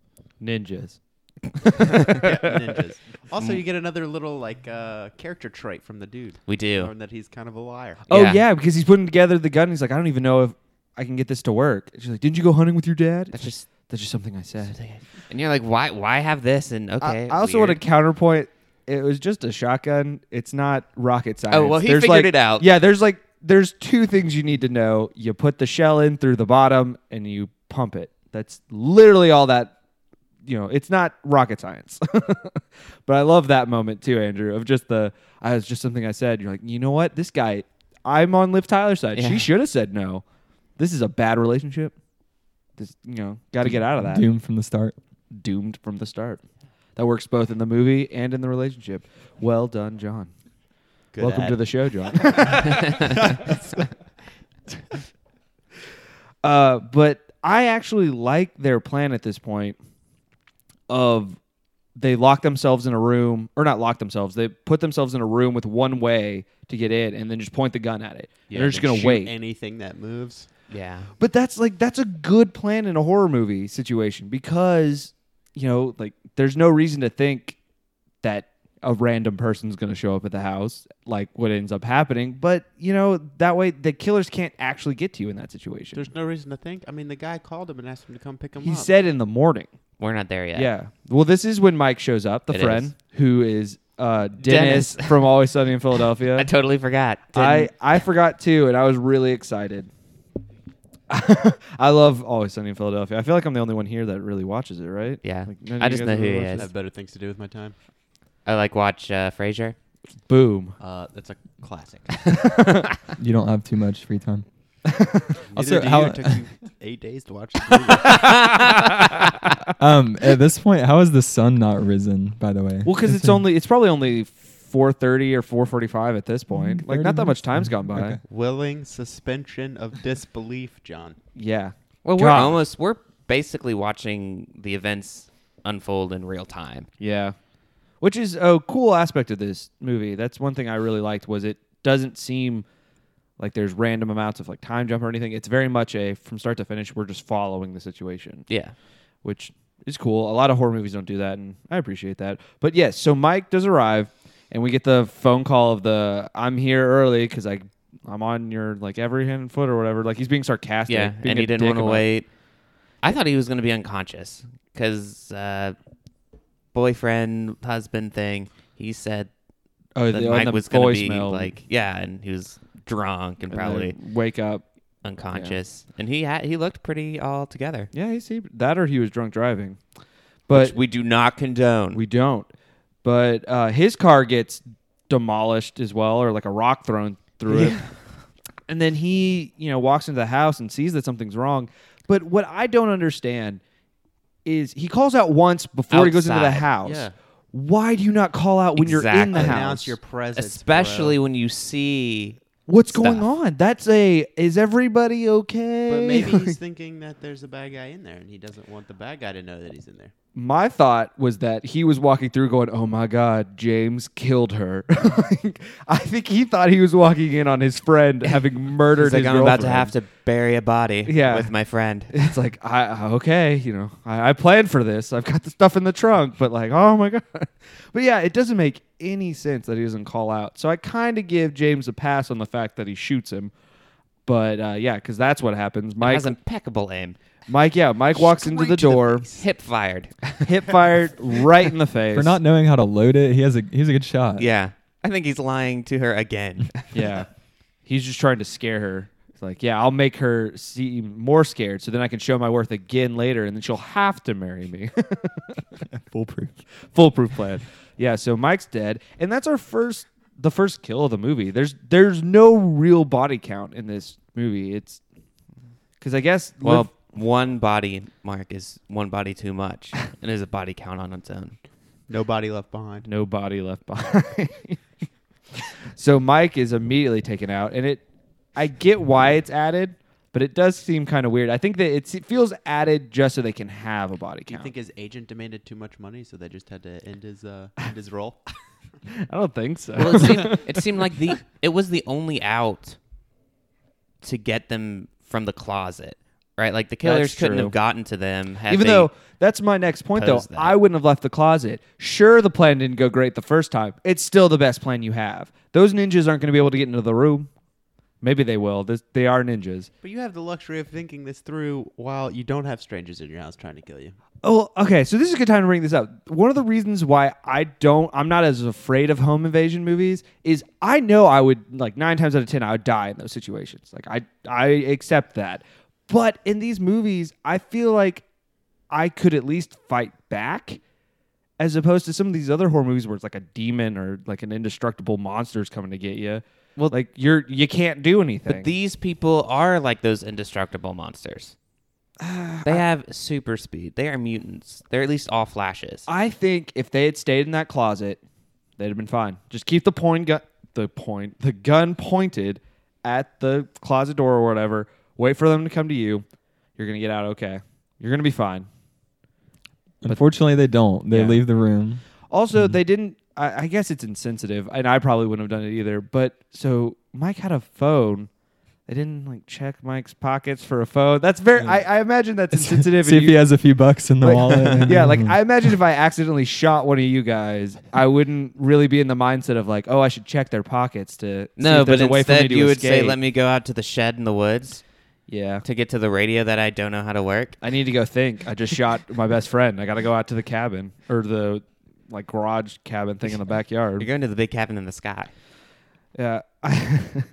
Ninjas.
Yeah, ninjas.
Mm.
Also, you get another little like uh, character trait from the dude.
we do.
Knowing that he's kind of a liar.
Oh,
Yeah.
yeah. because he's putting together the gun. He's like, I don't even know if I can get this to work. And she's like, Didn't you go hunting with your dad? It's
That's
just,
just
that's just something I
Oh,
said.
And you're like, why? Why have this? And okay,
I, I also
weird.
want to counterpoint. It was just a shotgun. It's not rocket science.
Oh, well, he
There's,
figured
like-
it out.
Yeah, there's like there's two things you need to know. You put the shell in through the bottom and you pump it. That's literally all that. You know, it's not rocket science. [LAUGHS] but I love that moment too, Andrew. Of just the, I was just something I said. You're like, you know what? This guy, I'm on Liv Tyler's side.
Yeah.
She should have said no. This is a bad relationship. This, you know, got to get out of that
Doom from the start.
doomed from the start. That works both in the movie and in the relationship. Well done, John.
Good
Welcome
ad.
to the
[LAUGHS]
show, John. uh, but I actually like their plan at this point of they lock themselves in a room or not lock themselves. They put themselves in a room with one way to get in and then just point the gun at it.
Yeah,
and they're just
they
going to
shoot
wait.
Anything that moves.
Yeah.
But that's like that's a good plan in a horror movie situation because you know like there's no reason to think that a random person's going to show up at the house like what ends up happening but you know that way the killers can't actually get to you in that situation.
There's no reason to think. I mean, the guy called him and asked him to come pick him
he
up.
said in the morning.
We're not there
Yeah.
yet.
Well, this is when Mike shows up, the
It
friend
is.
who is uh, Dennis, from Always Sunny in
[LAUGHS]
Philadelphia.
I totally forgot.
I,
Didn't-
I forgot too, and I was really excited. [LAUGHS] I love Always Sunny in Philadelphia. I feel like I'm the only one here that really watches it, right?
yeah.
Like, none of
I
you
just
guys
know who
really
he
watch
I
it?
is.
have better things to do with my time.
I like watch uh,
[LAUGHS]
Frasier.
Boom.
Uh, that's a
[LAUGHS]
classic.
You don't have too much free time. Also,
also,
how-
how it took
[LAUGHS]
you eight days to watch.
[LAUGHS]
this movie.
Um, at this point, how has the sun not risen? By the way,
Well, because it's
a-
only it's probably only 4:30 or 4:45 at this point.
Mm,
Like
30
not that much
minutes.
time's gone by.
Okay.
Willing suspension of disbelief, John.
Yeah.
Well, we're
God.
almost we're basically watching the events unfold in real time.
Yeah. Which is a cool aspect of this movie. That's one thing I really liked was it doesn't seem like there's random amounts of like time jump or anything. It's very much a from start to finish we're just following the situation.
Yeah.
which is cool. A lot of horror movies don't do that, and I appreciate that. But yes, so Mike does arrive, and we get the phone call of the "I'm here early" because I I'm on your like every hand and foot or whatever. Like he's being sarcastic.
Yeah,
being
and
a
he didn't
dick
want to
about-
wait. I thought he was going to be unconscious because uh, boyfriend husband thing. He said
Oh,
that
the,
Mike
on the
was going to be
voicemail,
like yeah, and he was drunk and
and they
probably
wake up.
unconscious. And he had he looked pretty all together,
Yeah, he see that or he was drunk driving, but
which we do not condone.
we don't. But uh, his car gets demolished as well, or like a rock thrown through it. [LAUGHS] And then he, you know, walks into the house and sees that something's wrong. But what I don't understand is he calls out once before he goes into the
Outside.
house.
Yeah.
Why do you not call out when you're in the
Exactly.
house?
Announce your presence,
Especially
bro.
when you see
What's going
stuff.
on? That's a is everybody okay?
But maybe
[LAUGHS]
he's thinking that there's a bad guy in there, and he doesn't want the bad guy to know that he's in there.
my thought was that he was walking through going, Oh my God, James killed her. [LAUGHS] Like, I think he thought he was walking in on his friend
[LAUGHS]
having murdered
It's like
his
I'm about to
girlfriend.
have to bury a body
Yeah.
with my friend.
[LAUGHS] It's like, I, I- okay, you know, I, I planned for this. I've got the stuff in the trunk, but like, oh my God. [LAUGHS] But yeah, it doesn't make any sense that he doesn't call out. So I kind of give James a pass on the fact that he shoots him. But uh, yeah, because that's what happens. Mike,
has impeccable aim.
Mike, yeah, Mike walks into the door,
Hip fired. [LAUGHS]
hit fired right in the face.
for not knowing how to load it, he has a he's a good shot.
yeah. I think he's lying to her
[LAUGHS]
again.
Yeah. He's just trying to scare her. It's like, yeah, I'll make her seem more scared so then I can show my worth again later and then she'll have to marry me.
foolproof.
[LAUGHS] Foolproof plan. Yeah, so Mike's dead, and that's our first the first kill of the movie. There's there's no real body count in this movie. It's because I guess
Well,
Liv-
one body mark is one body too
[LAUGHS]
much, and is a body count on its own.
Nobody left behind.
no body left [LAUGHS] behind. so Mike is immediately taken out, and it I get why it's added, but it does seem kind of weird. I think that it's, it feels added just so they can have a body
Do you
count.
think his agent demanded too much money, so they just had to end his uh, end his role?
I don't think so.
Well, it seemed, it seemed like the it was the only out to get them from the closet, right? Like the killers
That's
couldn't
true.
have gotten to them. Had
[LAUGHS] Even
they-
though that's my next point, though,
pose that.
I wouldn't have left the closet. Sure, the plan didn't go great the first time. It's still the best plan you have. Those ninjas aren't going to be able to get into the room. Maybe they will. This- They are ninjas.
but you have the luxury of thinking this through while you don't have strangers in your house trying to kill you.
Oh, okay. So this is a good time to bring this up. One of the reasons why I don't, I'm not as afraid of home invasion movies is I know I would like nine times out of ten I would die in those situations. Like I, I accept that. But in these movies, I feel like I could at least fight back, as opposed to some of these other horror movies where it's like a demon or like an indestructible monster's coming to get you. Well, like you're you can't do anything.
but these people are like those indestructible
[SIGHS]
monsters. They have super speed. They are mutants. They're at least all flashes.
I think if they had stayed in that closet, they'd have been fine. Just keep the point gun, the point, the gun pointed at the closet door or whatever. Wait for them to come to you. You're gonna get out okay. You're gonna be fine.
Unfortunately, they don't. They
Yeah.
leave the room.
[LAUGHS] Also,
Mm-hmm.
they didn't. I, I guess it's insensitive, and I probably wouldn't have done it either. But so Mike had a phone. They didn't like check Mike's pockets for a phone. That's very. I, I imagine that's insensitive.
[LAUGHS] See
and
if
you-
he has a few bucks in
[LAUGHS]
the
Like-
wallet.
yeah, like I imagine if I accidentally shot one of you guys, I wouldn't really be in the mindset of like, oh, I should check their pockets to see
no,
if there's
but
a way for me
instead
to
you would say,
escape.
"Let me go out to the shed in the woods
yeah."
to get to the radio that I don't know how to work."
[LAUGHS] I need to go think. I just shot my best friend. I got to go out to the cabin or the like garage cabin thing in
You're
the backyard.
going to the big cabin in the sky.
Yeah, [LAUGHS]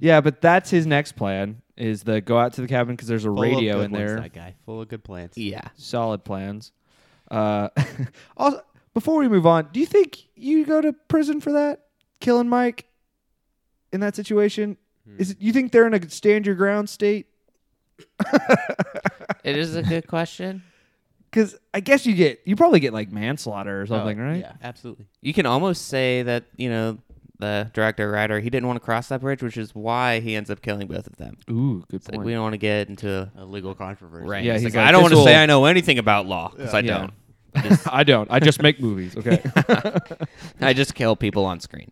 yeah, but that's his next plan is the go out to the cabin because there's a
Full of
radio
good
in
ones,
there.
That guy, full of good plans.
[LAUGHS]
Yeah.
Solid plans. Uh, [LAUGHS] also, before we move on, do you think you go to prison for that killing Mike in that situation?
Hmm.
Is it, you think they're in a stand your ground state?
It is a good question.
Because I guess you get you probably get like manslaughter or something,
Oh,
right?
Yeah, absolutely.
you can almost say that you know the director writer he didn't want to cross that bridge which is why he ends up killing both of them
Ooh, good
it's like we don't want to get into a
A legal controversy.
right
Yeah,
It's
he's
like,
like,
i don't
this
want to say
will-
i know anything about law because i
Yeah.
don't
[LAUGHS] I don't. I just make [LAUGHS] movies. Okay.
i just kill people on [LAUGHS] screen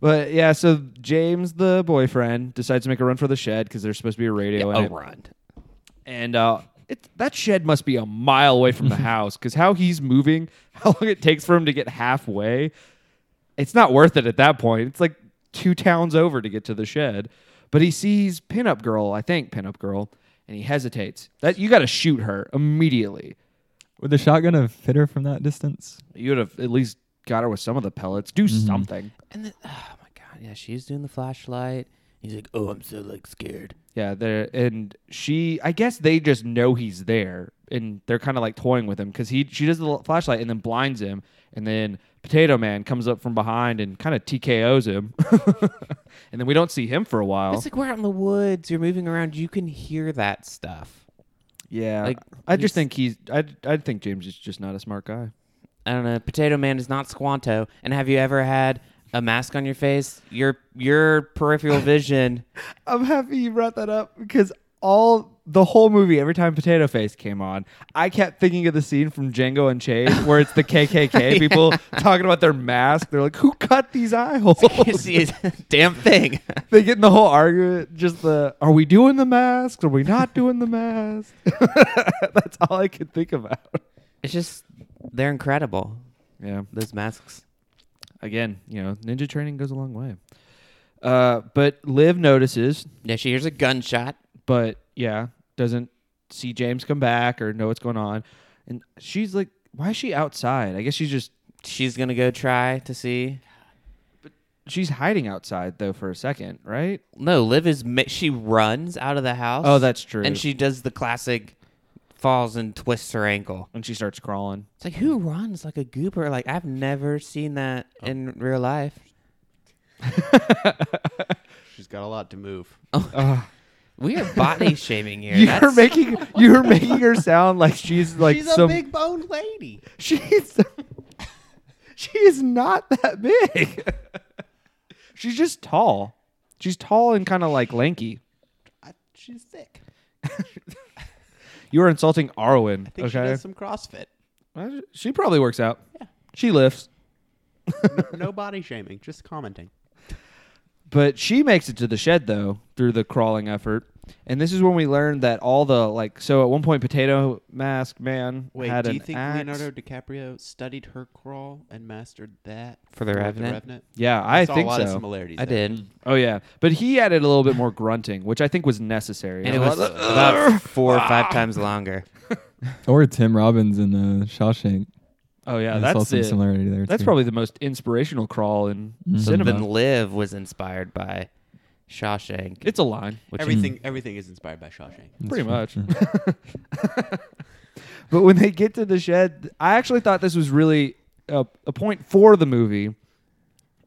But yeah, so James, the boyfriend, decides to make a run for the shed because there's supposed to be a radio in
a
it.
oh, run
and uh, it, that shed must be a mile away from the house because how he's moving, [LAUGHS] how long it takes for him to get halfway, it's not worth it at that point. It's like two towns over to get to the shed. But he sees Pinup Girl, I think Pinup Girl, and he hesitates. That you got to shoot her immediately.
Would the shotgun have fit her from that distance?
You would have at least got her with some of the pellets. Do something.
and then oh my god yeah she's doing the flashlight he's like oh i'm so like scared
Yeah, there and she. I guess they just know he's there, and they're kind of like toying with him because he she does the l- flashlight and then blinds him, and then Potato Man comes up from behind and kind of TKOs him, [LAUGHS] and then we don't see him for a while.
it's like we're out in the woods you're moving around you can hear that stuff
yeah,
like,
I
he's-
just think he's. I I think James is just not a smart guy.
i don't know potato man is not squanto and have you ever had a mask on your face your your [LAUGHS] peripheral vision
I'm happy you brought that up because all the whole movie, every time Potato Face came on, I kept thinking of the scene from Django Unchained where it's [LAUGHS] the KKK people talking about their mask. They're like, "Who cut these [LAUGHS] eye
can't
holes?"
see a damn [LAUGHS] thing.
they get in the whole argument. Just the, "Are we doing the mask? Are we not doing the mask?" [LAUGHS] That's all I could think about.
It's just they're incredible.
Yeah.
Those masks.
Again, you know, ninja training goes a long way. Uh, but Liv notices
Yeah, she hears a gunshot.
but yeah, doesn't see James come back or know what's going on. And she's like, why is she outside? I guess she's just
She's gonna go try to see.
she's hiding outside though for a second, right?
No, Liv is ma- she runs out of the house.
Oh, that's true.
And she does the classic falls and twists her ankle.
And she starts crawling.
It's like who runs like a goober? Like I've never seen that in real life.
She's got a lot to move.
We are
[LAUGHS]
body shaming here.
[LAUGHS] You're
That's-
making [LAUGHS] you're making her sound like she's like
She's
some
a big boned lady.
[LAUGHS] she's [LAUGHS] she is not that big. [LAUGHS] she's just tall. She's tall and kind of like lanky.
I, she's thick.
You are insulting Arwen.
I think she
okay,
does some CrossFit.
Well, she probably works out. She lifts,
[LAUGHS] No body shaming, just commenting.
but she makes it to the shed though through the crawling effort. And this is when we learned that all the like. So at one point, Potato Mask Man
Wait,
had
do you
an
think
axe.
Leonardo Dicaprio studied her crawl and mastered that
For The Revenant?
Yeah, I
saw
think
a lot
so.
of similarities.
I
there.
did.
Oh yeah, but he added a little bit more grunting, which I think was necessary.
And it was about four or five times longer.
Or Tim Robbins in uh, Shawshank.
oh yeah,
I saw
that's
some
it.
similarity there.
That's
too.
probably the most inspirational crawl in
Mm-hmm.
cinema.
Then Liv was inspired by Shawshank.
it's a line,
which is-
Everything, everything is inspired by Shawshank.
pretty much. [LAUGHS] but when they get to the shed, I actually thought this was really a, a point for the movie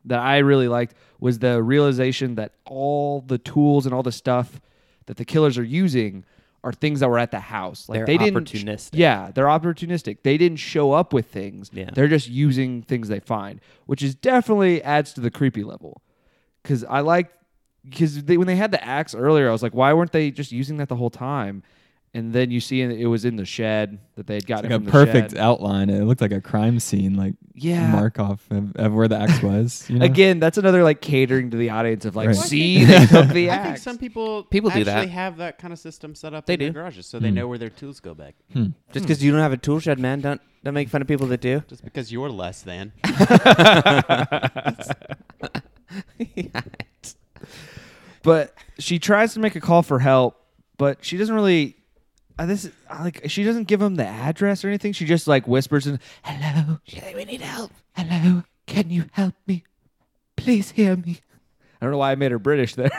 that I really liked was the realization that all the tools and all the stuff that the killers are using are things that were at the house. Like
They're
they didn't
opportunistic.
Yeah, they're opportunistic. They didn't show up with things.
Yeah.
They're just using things they find, which is definitely adds to the creepy level. Cuz I like cuz they, when they had the axe earlier, I was like why weren't they just using that the whole time? And then you see it was in the shed that they had gotten
like a
from the
perfect
shed.
outline. It looked like a crime scene, like
Yeah.
Markov of, of where the
[LAUGHS]
axe was. You know?
Again, that's another like catering to the audience of like,
Right.
see, they took
[LAUGHS]
the
I think
axe.
some people
People do
actually
that.
have that kind of system set up
They
in their
do. Mm.
garages, so they know where their tools go back.
Just because you don't have a tool shed, man, don't don't make fun of people that do.
Just because you're less
[LAUGHS]
than,
but she tries to make a call for help, but she doesn't really. Uh, this is- I like she doesn't give him the address or anything. She just like whispers and hello. She's like, we need help. Hello, can you help me? Please hear me. I don't know why I made her British there.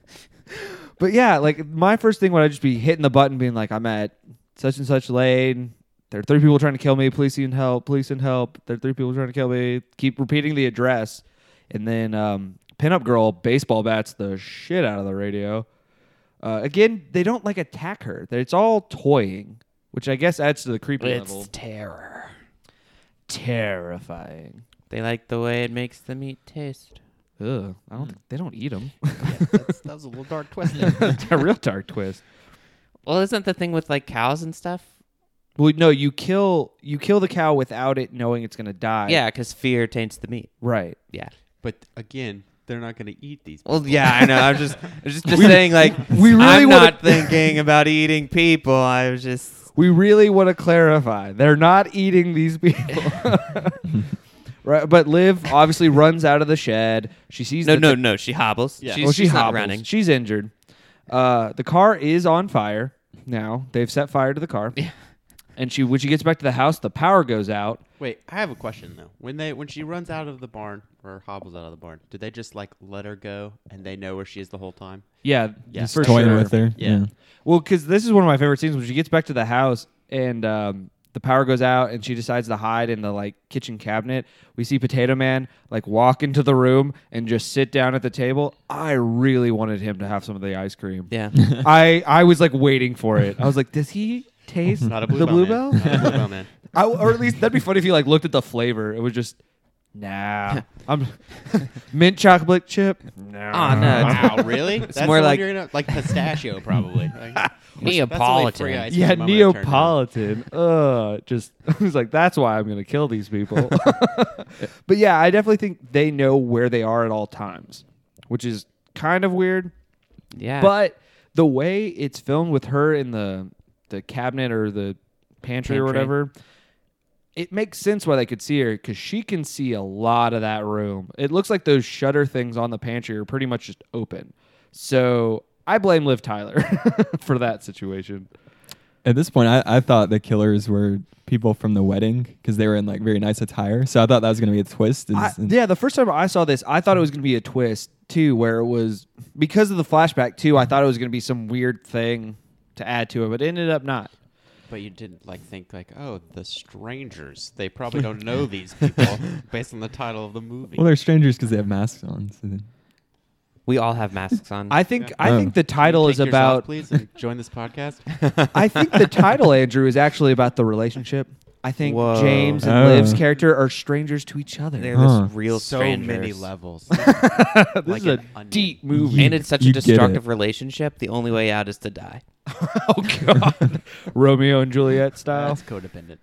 [LAUGHS] but yeah, like my first thing would I just be hitting the button, being like, I'm at such and such lane. There are three people trying to kill me. Please send help. Please send help. There are three people trying to kill me. Keep repeating the address. And then um, Pinup Girl baseball bats the shit out of the radio. Uh, again, they don't like attack her. It's all toying, which I guess adds to the creepy level.
It's terror.
Terrifying.
They like the way it makes the meat
[LAUGHS]
taste.
Ugh, I
Hmm.
don't. Think, they don't
[LAUGHS]
eat them.
that's, that was a little dark twist. There.
a real dark twist.
Well, isn't the thing with like cows and stuff?
Well, no, you kill you kill the cow without it knowing it's gonna die.
Yeah, because fear taints the meat.
Right.
Yeah.
but again, they're not going to eat these.
Well, yeah, I know. I'm just, I'm [LAUGHS] just, just saying, like,
we really
I'm
wanna-
not thinking about eating people. I was just,
We really want to clarify. They're not eating
[LAUGHS]
these people. [LAUGHS] right. But Liv obviously runs out of the shed. She sees
no,
that
no,
the-
no. She hobbles.
Yeah.
She's,
well, she
she's not
hobbles.
running.
She's injured. Uh, the car is on fire now. They've set fire to the car.
Yeah.
And she when she gets back to the house, the power goes out.
Wait, I have a question though. When they when she runs out of the barn or hobbles out of the barn, do they just like let her go and they know where she is the whole time?
Yeah,
Yeah.
for
toying
sure.
with her.
Yeah.
Yeah.
Well, because this is one of my favorite scenes when she gets back to the house and um, the power goes out and she decides to hide in the like kitchen cabinet. We see Potato Man like walk into the room and just sit down at the table. I really wanted him to have some of the ice cream.
yeah.
I I was like waiting for it. I was like, does he taste
Not a
the
bluebell.
bluebell?
Man. Not a
[LAUGHS]
bluebell man.
[LAUGHS] I, or at least that'd be funny if he like looked at the flavor. It was just
[LAUGHS]
nah. I'm [LAUGHS] mint chocolate chip. No.
Oh, no.
[LAUGHS] Wow,
It's
really? That's
more
the one
like-
you're gonna, like pistachio, probably.
[LAUGHS]
Like, that's the only free
Neapolitan.
ice
yeah,
cream I'm gonna turn down.
Neapolitan. Uh, just [LAUGHS] I was like, that's why I'm gonna kill these people. but yeah, I definitely think they know where they are at all times, which is kind of weird.
Yeah.
But the way it's filmed with her in the the cabinet or the pantry,
Pantry.
or whatever, it makes sense why they could see her because she can see a lot of that room. It looks like those shutter things on the pantry are pretty much just open. So I blame Liv Tyler [LAUGHS] for that situation.
At this point, I, I thought the killers were people from the wedding because they were in like very nice attire. So I thought that was going to be a twist. Is,
I- yeah, the first time I saw this, I thought it was going to be a twist too, where it was because of the flashback too. I thought it was going to be some weird thing to add to it, but it ended up not.
But you didn't like think like, oh, the strangers. They probably don't know these
[LAUGHS]
people based on the title of the movie.
Well, they're strangers because they have masks on. So then-
We all have masks on.
I think
Yeah.
I
Oh.
think the title
Can you
is
take yours off, [LAUGHS]
about
please and join this podcast. [LAUGHS]
I think the title, Andrew, is actually about the relationship. I think
Whoa.
James and
Oh.
Liv's character are strangers to each other. [LAUGHS]
They're
this
Huh.
this real
so
strangers.
many levels. like
is
an
a
onion.
deep movie. [LAUGHS]
And it's such
You
a
get it.
destructive relationship. The only way out is to die.
oh
[LAUGHS]
god, Romeo and Juliet style.
That's codependent.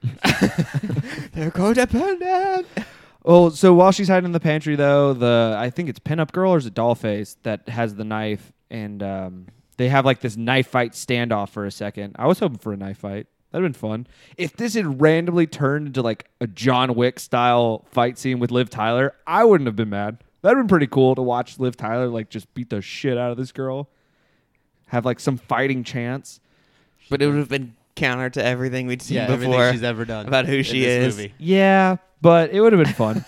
They're codependent.
Well, so while she's hiding in the pantry, though, the I think it's pinup girl or is it dollface that has the knife, and um, they have like this knife fight standoff for a second. I was hoping for a knife fight. That'd been fun. If this had randomly turned into like a John Wick style fight scene with Liv Tyler, I wouldn't have been mad. That'd been pretty cool to watch Liv Tyler like just beat the shit out of this girl, have like some fighting chance.
But it would have been counter to everything we'd seen
yeah, everything
before.
she's ever done
about who
in
she
this
is.
Movie.
Yeah, but it would have been fun. [LAUGHS]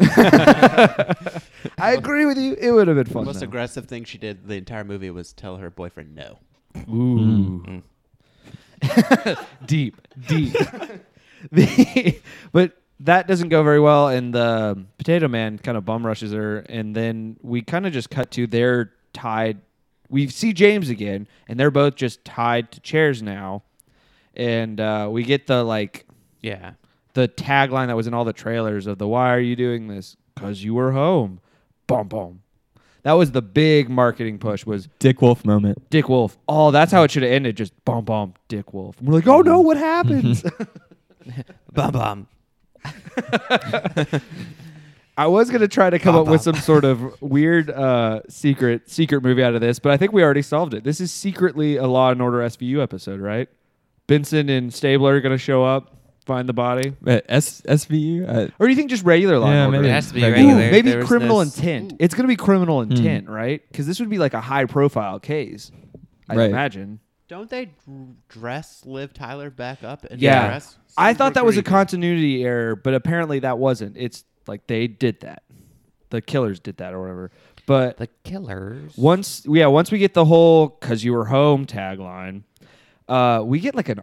I agree with you. It would have been
The
fun.
most
though.
aggressive thing she did the entire movie was tell her boyfriend no.
Ooh.
Mm.
[LAUGHS] deep, deep. [LAUGHS] The- but that doesn't go very well, and the potato man kind of bum rushes her, and then we kind of just cut to they're tied. We see James again, and they're both just tied to chairs now, and uh, we get the like
Yeah.
the tagline that was in all the trailers of the "Why are you doing this? Cause you were home." Boom, boom. That was the big marketing push. Was
Dick Wolf moment.
Dick Wolf. Oh, that's how it should have ended. Just bum bum, Dick Wolf. And we're like, oh
Mm-hmm.
no, what happens?
Bum bum.
[LAUGHS] I was gonna try to come up with some sort of weird uh, secret secret movie out of this, but I think we already solved it. This is secretly a Law and Order SVU episode, right? Benson and Stabler are gonna show up, find the body,
But S- SVU? Uh,
or do you think just regular Law
Yeah,
and Order?
It
maybe.
has to be
Ooh,
Ooh,
regular.
maybe
There was
criminal
no s-
intent. It's gonna be criminal
Hmm.
intent, right? Because this would be like a high profile case, I
Right.
imagine.
Don't they dr- dress Liv Tyler back up and
Yeah.
dress?
I thought that was a
concept.
continuity error, but apparently that wasn't. It's like they did that. The killers did that or whatever. But
The killers.
once yeah, once we get the whole cause you were home tagline, uh, we get like an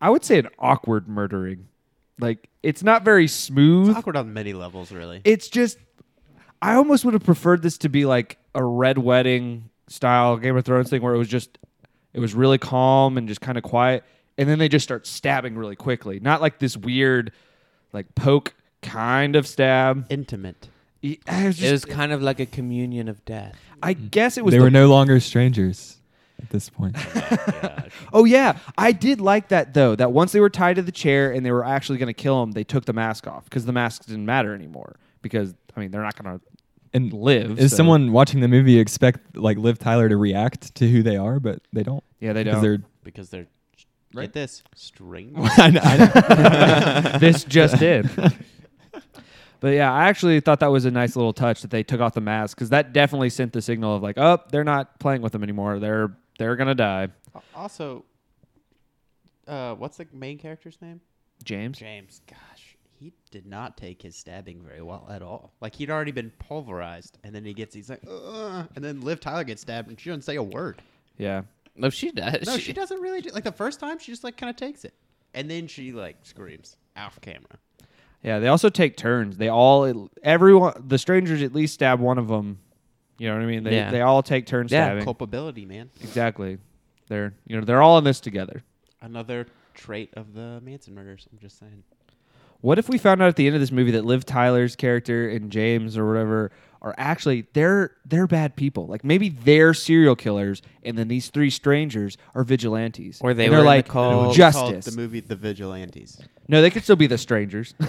I would say an awkward murdering. Like it's not very smooth.
awkward on many levels, really.
It's just I almost would have preferred this to be like a red wedding style Game of Thrones thing where it was just it was really calm and just kind of quiet and then they just start stabbing really quickly. Not like this weird like poke kind of stab.
Intimate.
It, it was
It
just-
was kind of like a communion of death.
I guess it was
they
the-
were no longer strangers at this
[LAUGHS]
point.
Oh yeah, I did like that though. That once they were tied to the chair and they were actually going to kill him, they took the mask off because the mask didn't matter anymore because I mean, they're not going to
And
live.
is
so-
someone watching the movie expect like Liv Tyler to react to who they are, but they don't.
Yeah, they
Because
don't.
they're
Because they're
Right.
get this strange.
[LAUGHS] I know, I
[LAUGHS]
know.
this just did. But yeah, I actually thought that was a nice little touch that they took off the mask because that definitely sent the signal of like, oh, they're not playing with them anymore. They're they're gonna die.
also, uh, what's the main character's name?
James.
James. Gosh, he did not take his stabbing very well at all. Like he'd already been pulverized, and then he gets he's like, Ugh, and then Liv Tyler gets stabbed, and she doesn't say a word.
Yeah.
No, she does.
No, she doesn't really do. Like the first time, she just like kind of takes it, and then she like screams off camera.
Yeah. They also take turns. They all everyone the strangers at least stab one of them. You know what I mean? They
Yeah.
they all take turns
Yeah,
stabbing.
Culpability, man.
Exactly. They're you know they're all in this together.
Another trait of the Manson murders. I'm just saying.
What if we found out at the end of this movie that Liv Tyler's character and James or whatever are actually they're they're bad people. Like maybe they're serial killers, and then these three strangers are vigilantes.
Or they
And
were
they're
in the
like
cult. It was
justice.
The movie The Vigilantes.
No, they could still be the strangers. [LAUGHS]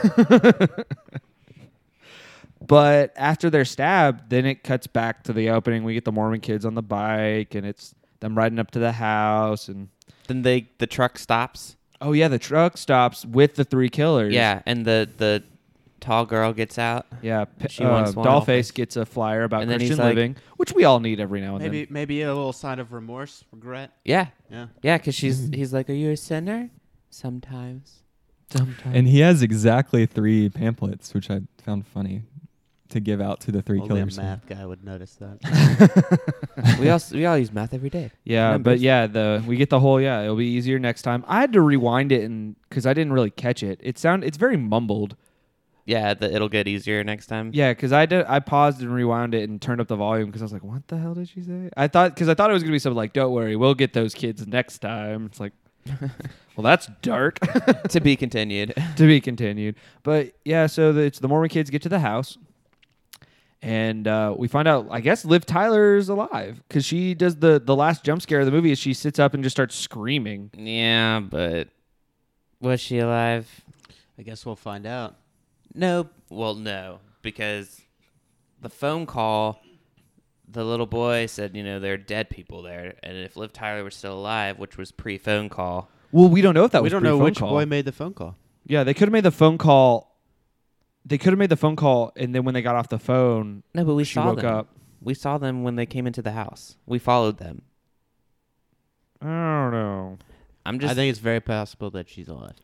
but after they're stabbed, then it cuts back to the opening. We get the Mormon kids on the bike, and it's them riding up to the house, and
Then they the truck stops.
oh yeah, the truck stops with the three killers.
Yeah, and the the tall girl gets out.
Yeah, p-
She
uh,
wants one.
Dollface gets a flyer about
And then he's
Christian
like-
living, which we all need every now and
Maybe
then.
maybe a little sign of remorse, regret.
Yeah,
Yeah.
yeah, because she's he's like, "Are you a sinner?" Sometimes. [LAUGHS]
Sometimes.
and he has exactly three pamphlets, which I found funny to give out to the three
Only a
killers.
math guy would notice that.
[LAUGHS]
we all s- we all use math every day.
Yeah, but
Numbers.
yeah, the we get the whole yeah. It'll be easier next time. I had to rewind it and because I didn't really catch it. It sound it's very mumbled.
Yeah, the, it'll get easier next time.
Yeah, because I did I paused and rewound it and turned up the volume because I was like, what the hell did she say? I thought because I thought it was gonna be something like, don't worry, we'll get those kids next time. It's like, [LAUGHS] well, that's dark.
to be continued.
to be continued. But yeah, so the, it's the Mormon kids get to the house, and uh, we find out. I guess Liv Tyler's alive because she does the the last jump scare of the movie is she sits up and just starts screaming.
[LAUGHS] Yeah, but was she alive?
I guess we'll find out.
No. Well, no, because the phone call, the little boy said, you know, there are dead people there, and if Liv Tyler was still alive, which was pre-phone call,
Well, we don't know if that
we
was
don't know
pre-phone
which
call.
boy made the phone call.
yeah, they could have made the phone call. They could have made the phone call, and then when they got off the phone,
no, but we
she
saw
woke
them.
up.
We saw them when they came into the house. We followed them.
I don't know.
I'm just.
I think it's very possible that she's alive.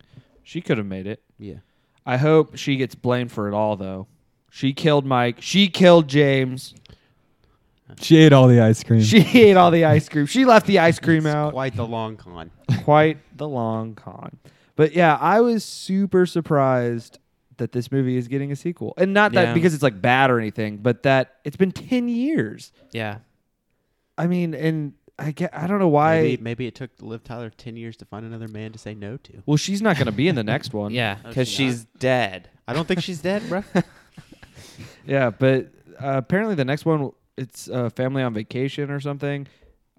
She could have made it.
Yeah.
I hope she gets blamed for it all, though. She killed Mike. She killed James.
She ate all the ice cream.
She [LAUGHS] ate all the ice cream. She left the ice cream
It's
out.
quite the long con.
quite the long con. But yeah, I was super surprised that this movie is getting a sequel. And not that
Yeah.
because it's like bad or anything, but that it's been 10 years.
yeah.
I mean, and I get I don't know why
Maybe, maybe it took Liv Tyler 10 years to find another man to say no to.
Well, she's not going to be in the next one.
[LAUGHS] Yeah,
Oh,
because
she not?
she's dead.
I don't think she's dead, bro.
Yeah, but uh, apparently the next one it's uh, family on vacation or something.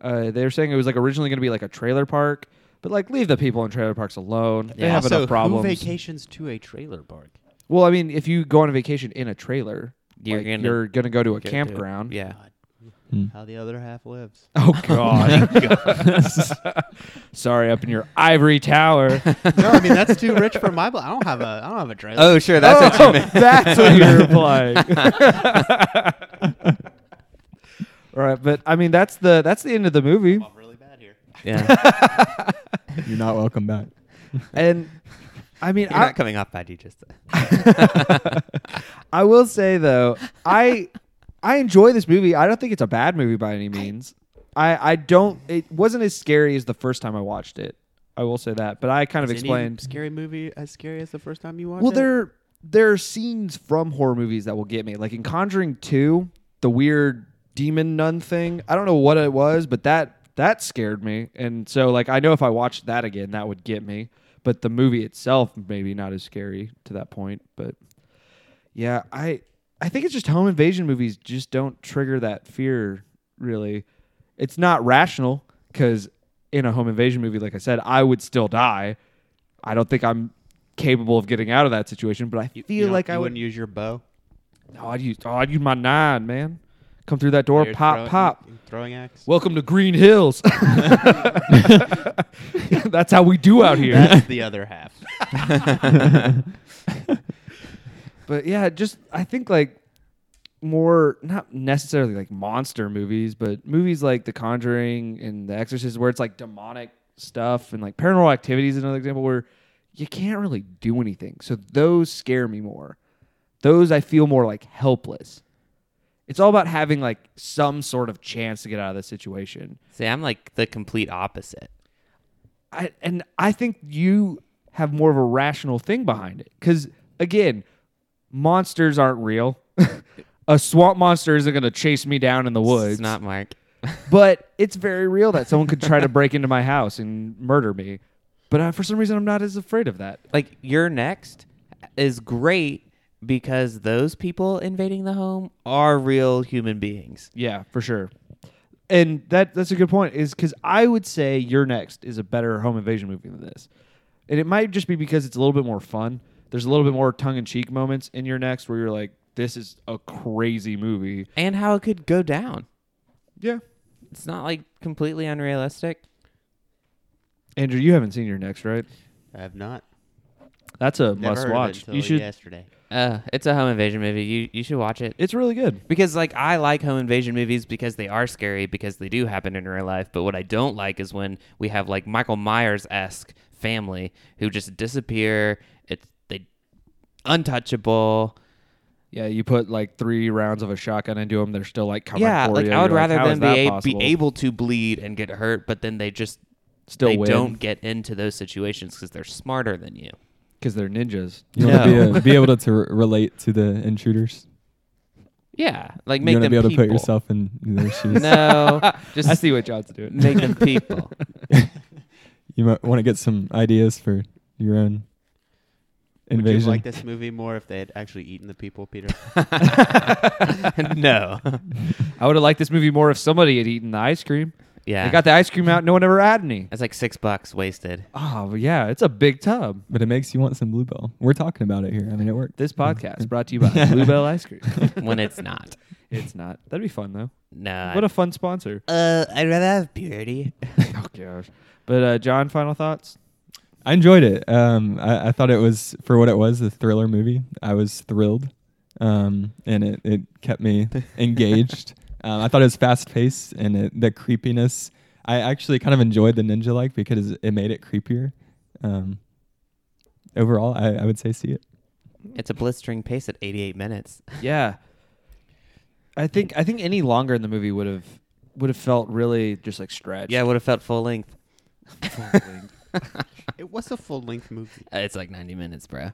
Uh, they were saying it was like originally going to be like a trailer park, but like leave the people in trailer parks alone. They
Yeah.
have
also,
enough problems.
who vacations to a trailer park?
well, I mean, if you go on a vacation in a trailer,
You're
like,
gonna
you're going to go to a
Go to it.
campground.
Yeah. [LAUGHS]
Hmm.
How the other half lives.
[LAUGHS] Oh God!
[LAUGHS]
Sorry, up in your ivory
[LAUGHS]
tower. [LAUGHS]
no, I mean that's
[LAUGHS]
too rich for my. Bl- I don't have a. I don't have a trailer.
Oh, sure. That's what
Oh, that's what you're
[LAUGHS]
implying. All right, but I mean that's the that's the end of the movie,
I'm really bad here.
[LAUGHS]
Yeah.
[LAUGHS] You're not welcome back.
and I mean
You're
I,
not coming off bad. You just.
[LAUGHS]
[LAUGHS] I will say though I I enjoy this movie. I don't think it's a bad movie by any means. I I don't. It wasn't as scary as the first time I watched it. I will say that, but I kind of
Is any
explained.
scary movie as scary as the first time you watched
Well,
it?
there there are scenes from horror movies that will get me. Like in Conjuring Two, the weird demon nun thing. I don't know what it was, but that that scared me. And so, like, I know if I watched that again, that would get me. But the movie itself, maybe not as scary to that point. But yeah, I I think it's just home invasion movies just don't trigger that fear really. It's not rational because in a home invasion movie, like I said, I would still die. I don't think I'm capable of getting out of that situation, but I
You- you
feel
don't-
like
you
I would.
wouldn't use your bow.
Oh, I'd use, oh, I'd use my nine, man. Come through that door,
Your
pop,
throw-
pop.
Throwing axe.
Welcome to
[LAUGHS]
Green Hills. [LAUGHS] That's how we do
[LAUGHS]
out here.
That's the other half.
But yeah, just I think like more not necessarily like monster movies, but movies like The Conjuring and The Exorcist, where it's like demonic stuff and like Paranormal Activity is another example where you can't really do anything. So those scare me more. Those I feel more like helpless. It's all about having like some sort of chance to get out of the situation.
See, I'm like the complete opposite.
I, and I think you have more of a rational thing behind it. Because again, monsters aren't real. [LAUGHS] a swamp monster isn't going to chase me down in the woods.
It's not [LAUGHS] Mark.
[LAUGHS] but it's very real that someone could try to break into my house and murder me. But uh, for some reason, I'm not as afraid of that.
Like your next is great because those people invading the home are real human beings.
Yeah, for sure. And that that's a good point is because I would say Your Next is a better home invasion movie than this, and it might just be because it's a little bit more fun. There's a little bit more tongue in cheek moments in Your Next where you're like, this is a crazy movie.
And how it could go down.
Yeah,
It's not like completely unrealistic.
Andrew, you haven't seen Your Next, right?
I have not.
That's a
Never heard
must
of it
watch.
until
You should. [LAUGHS]
Yesterday.
Uh, it's a home invasion movie. You you should watch it.
It's really good.
Because like I like home invasion movies because they are scary because they do happen in real life. But what I don't like is when we have like Michael Myers esque family who just disappear. It's they untouchable.
Yeah, you put like three rounds of a shotgun into them. They're still like coming
yeah,
for
like
you.
I would
You're
rather
"How is
them be,
that
a- be
possible?"
able to bleed and get hurt, but then they just
Still
they
win.
don't get into those situations because they're smarter than you.
because they're ninjas.
[LAUGHS] You want to
No.
[LAUGHS]
be, a- be able to, to relate to the intruders.
Yeah, like
You
make
wanna
them
be able
people.
to put yourself in their shoes.
No,
I
[LAUGHS] just
see what John's doing.
make them people.
You might want to get some ideas for your own
Would you
invasion.
like this movie more if they had actually eaten the people, Peter?
[LAUGHS]
[LAUGHS]
no.
I would have liked this movie more if somebody had eaten the ice cream.
Yeah.
They got the ice cream out. No one ever had any.
That's like six bucks wasted.
Oh but yeah, it's a big tub.
but it makes you want some bluebell. We're talking about it here. I mean, it worked.
This podcast is brought to you [LAUGHS] by Bluebell Ice Cream.
when it's not.
it's not. That'd be fun though.
[LAUGHS] No.
What a fun [LAUGHS] sponsor.
uh, I'd rather have purity.
oh gosh. But uh, John, final thoughts.
I enjoyed it. Um, I, I thought it was for what it was, a thriller movie. I was thrilled, um, and it, it
[LAUGHS]
kept me engaged. um, I thought it was fast paced, and it, the creepiness. I actually kind of enjoyed the ninja like because it made it creepier. Um, overall, I, I would say see
[LAUGHS]
it.
It's a blistering pace at 88 minutes.
Yeah. I think I think any longer in the movie would have would have felt really just like stretched. [LAUGHS]
Yeah, I would have felt full length.
it was a full length movie.
Uh, It's like 90 minutes, bro.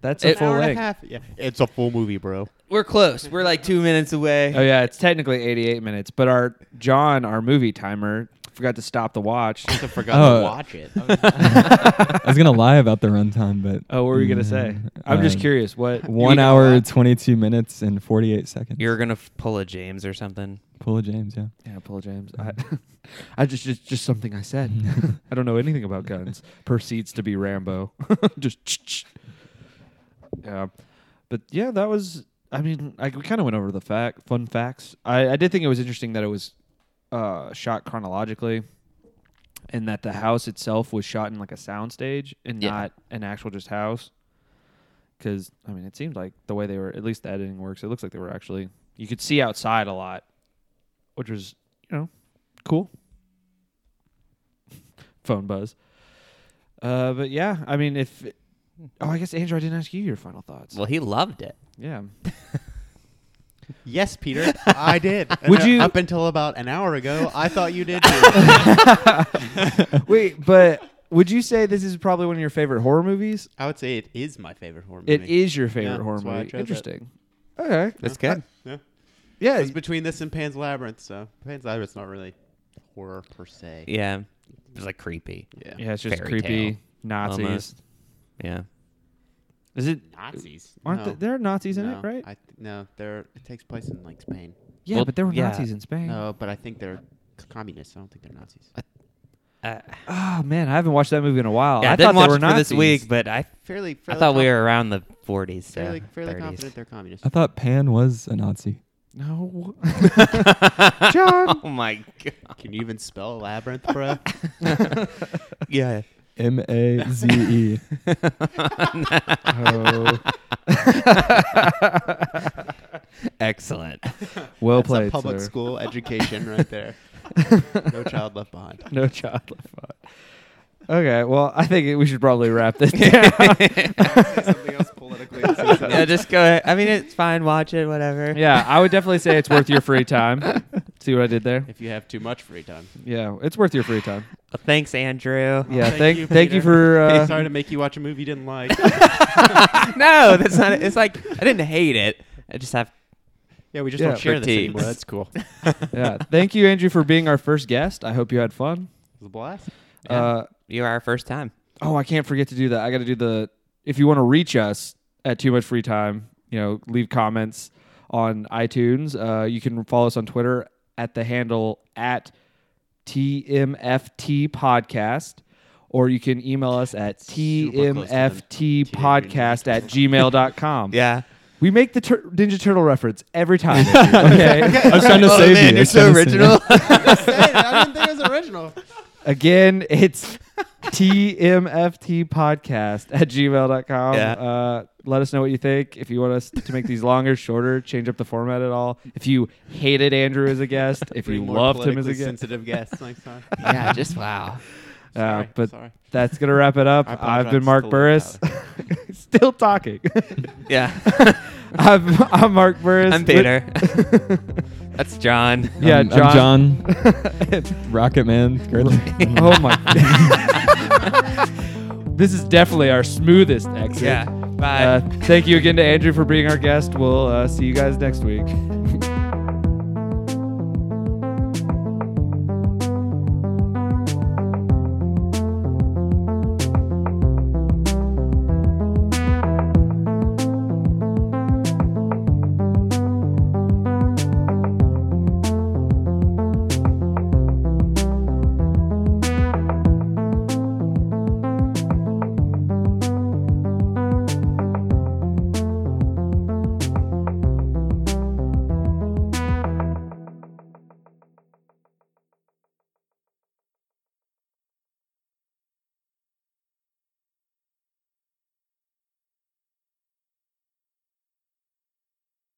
That's a
An
full
Hour and a
length.
half. Yeah, it's a full movie, bro.
We're close. We're like two minutes away.
Oh yeah, it's technically 88 minutes, but our John, our movie timer, forgot to stop the watch.
I forgot [LAUGHS] to
Uh,
Oh.
watch it.
I was gonna lie about the runtime, but
Oh, what were you gonna say?
Mm,
I'm just
um,
curious.
[LAUGHS]
What?
One hour, twenty two minutes, and forty eight
[LAUGHS]
seconds.
You're going to f- pull a James or something.
Pull a James, yeah.
Yeah, Paul [LAUGHS] James. I, I just, just just something I said. I don't know anything about guns. Proceeds to be Rambo. [LAUGHS] just. Yeah, but yeah, that was. I mean, I, we kind of went over the fact, fun facts. I, I did think it was interesting that it was uh, shot chronologically, and that the house itself was shot in like a soundstage and
Yeah.
not an actual just house. Because I mean, it seemed like the way they were, at least the editing works. It looks like they were actually you could see outside a lot, which was you know cool. [LAUGHS] Phone buzz. Uh, but yeah, I mean, if oh, I guess Andrew, I didn't ask you your final thoughts.
Well, he loved it. [LAUGHS]
Yeah.
yes,
[LAUGHS]
Peter, I did.
Would
And, uh,
you-
Up until about an hour ago, I thought you did.
[LAUGHS]
Too.
Wait, but would you say this is probably one of your favorite horror movies?
I would say it is my favorite horror movie.
It is your favorite
Yeah,
horror
that's why I
movie.
chose it.
Interesting. Okay.
That's good.
Yeah.
Yeah.
It's between this and Pan's Labyrinth, so Pan's Labyrinth's not really horror per se.
Yeah. It was like creepy.
Yeah.
yeah, it's just
Fairy
creepy
tale,
Nazis.
almost. Yeah.
Is it?
Nazis.
Aren't
no.
th- there are Nazis in
No.
it, right?
I th- no, there. It takes place in like Spain.
yeah,
Well,
but there were
yeah.
Nazis in Spain.
No, but I think they're c- communists. I don't think they're Nazis.
Uh,
Oh man, I haven't watched that movie in a while.
yeah, Oh, I,
I
didn't watch
thought they were
it for
Nazis.
this week, but I,
Fairly.
I
fairly
thought we
conf-
were around the 40s. So
fairly, fairly
30s.
confident they're communists.
I thought Pan was a Nazi.
[LAUGHS]
No. [LAUGHS] John.
Oh my god.
Can you even spell labyrinth, bro?
[LAUGHS] Yeah.
M A Z E.
Oh,
[LAUGHS] Excellent.
well
That's
played,
a public
sir.
school education right there. no child left behind.
No child left behind. Okay, well, I think we should probably wrap
[LAUGHS]
this down.
Something else [LAUGHS] politically.
yeah, just go ahead. I mean, it's fine. Watch it, whatever.
yeah, I would definitely say it's worth your free time. See what I did there?
If you have too much free time.
Yeah, it's worth your free time.
Well, thanks,
Oh,
Andrew.
Yeah,
Thank
thank
you,
thank you
Peter. [LAUGHS]
for
Hey,
uh,
sorry to make you watch a movie you didn't like.
[LAUGHS] no, that's not. It's like I didn't hate it. I just have.
yeah, we just
Yeah.
don't share this
Critiques.
anymore. That's cool. It
yeah. Thank you, Andrew, for being our first guest. I hope you had fun.
was a blast.
Yeah.
Uh,
You are our first time.
oh, I can't forget to do that. I got to do the. If you want to reach us at Too Much Free Time, you know, leave comments on iTunes. Uh, you can follow us on Twitter at the handle at TMFT Podcast, or you can email us at TMFT Podcast at gmail.com.
Yeah.
We make the tur- Ninja Turtle reference every [LAUGHS] time. okay.
I was trying to save
Oh,
you. I
you're
was
so
trying to save you.
original.
I didn't think it was original.
Again, it's TMFT podcast at gmail.com.
Yeah.
Uh, let us know what you think. If you want us to make these longer, shorter, change up the format at all. If you hated Andrew as a guest, if you
Bring more
loved him as
politically
a guest.
sensitive guests next time.
yeah. Just wow.
Uh,
Sorry, [LAUGHS]
but
sorry.
that's going to wrap it up.
I
I've
apologize
been
to
Mark
Lou
Burris. [LAUGHS] Still talking.
Yeah.
I'm, I'm Mark Burris.
I'm Peter. [LAUGHS] That's John.
Yeah,
[LAUGHS] I'm,
John.
I'm [LAUGHS] John. Rocket Man. [LAUGHS] Gurdler.
oh my. [LAUGHS] this is definitely our smoothest exit.
Yeah. Bye.
Uh, thank uh, you again to Andrew for being our guest. We'll uh, see you guys next week.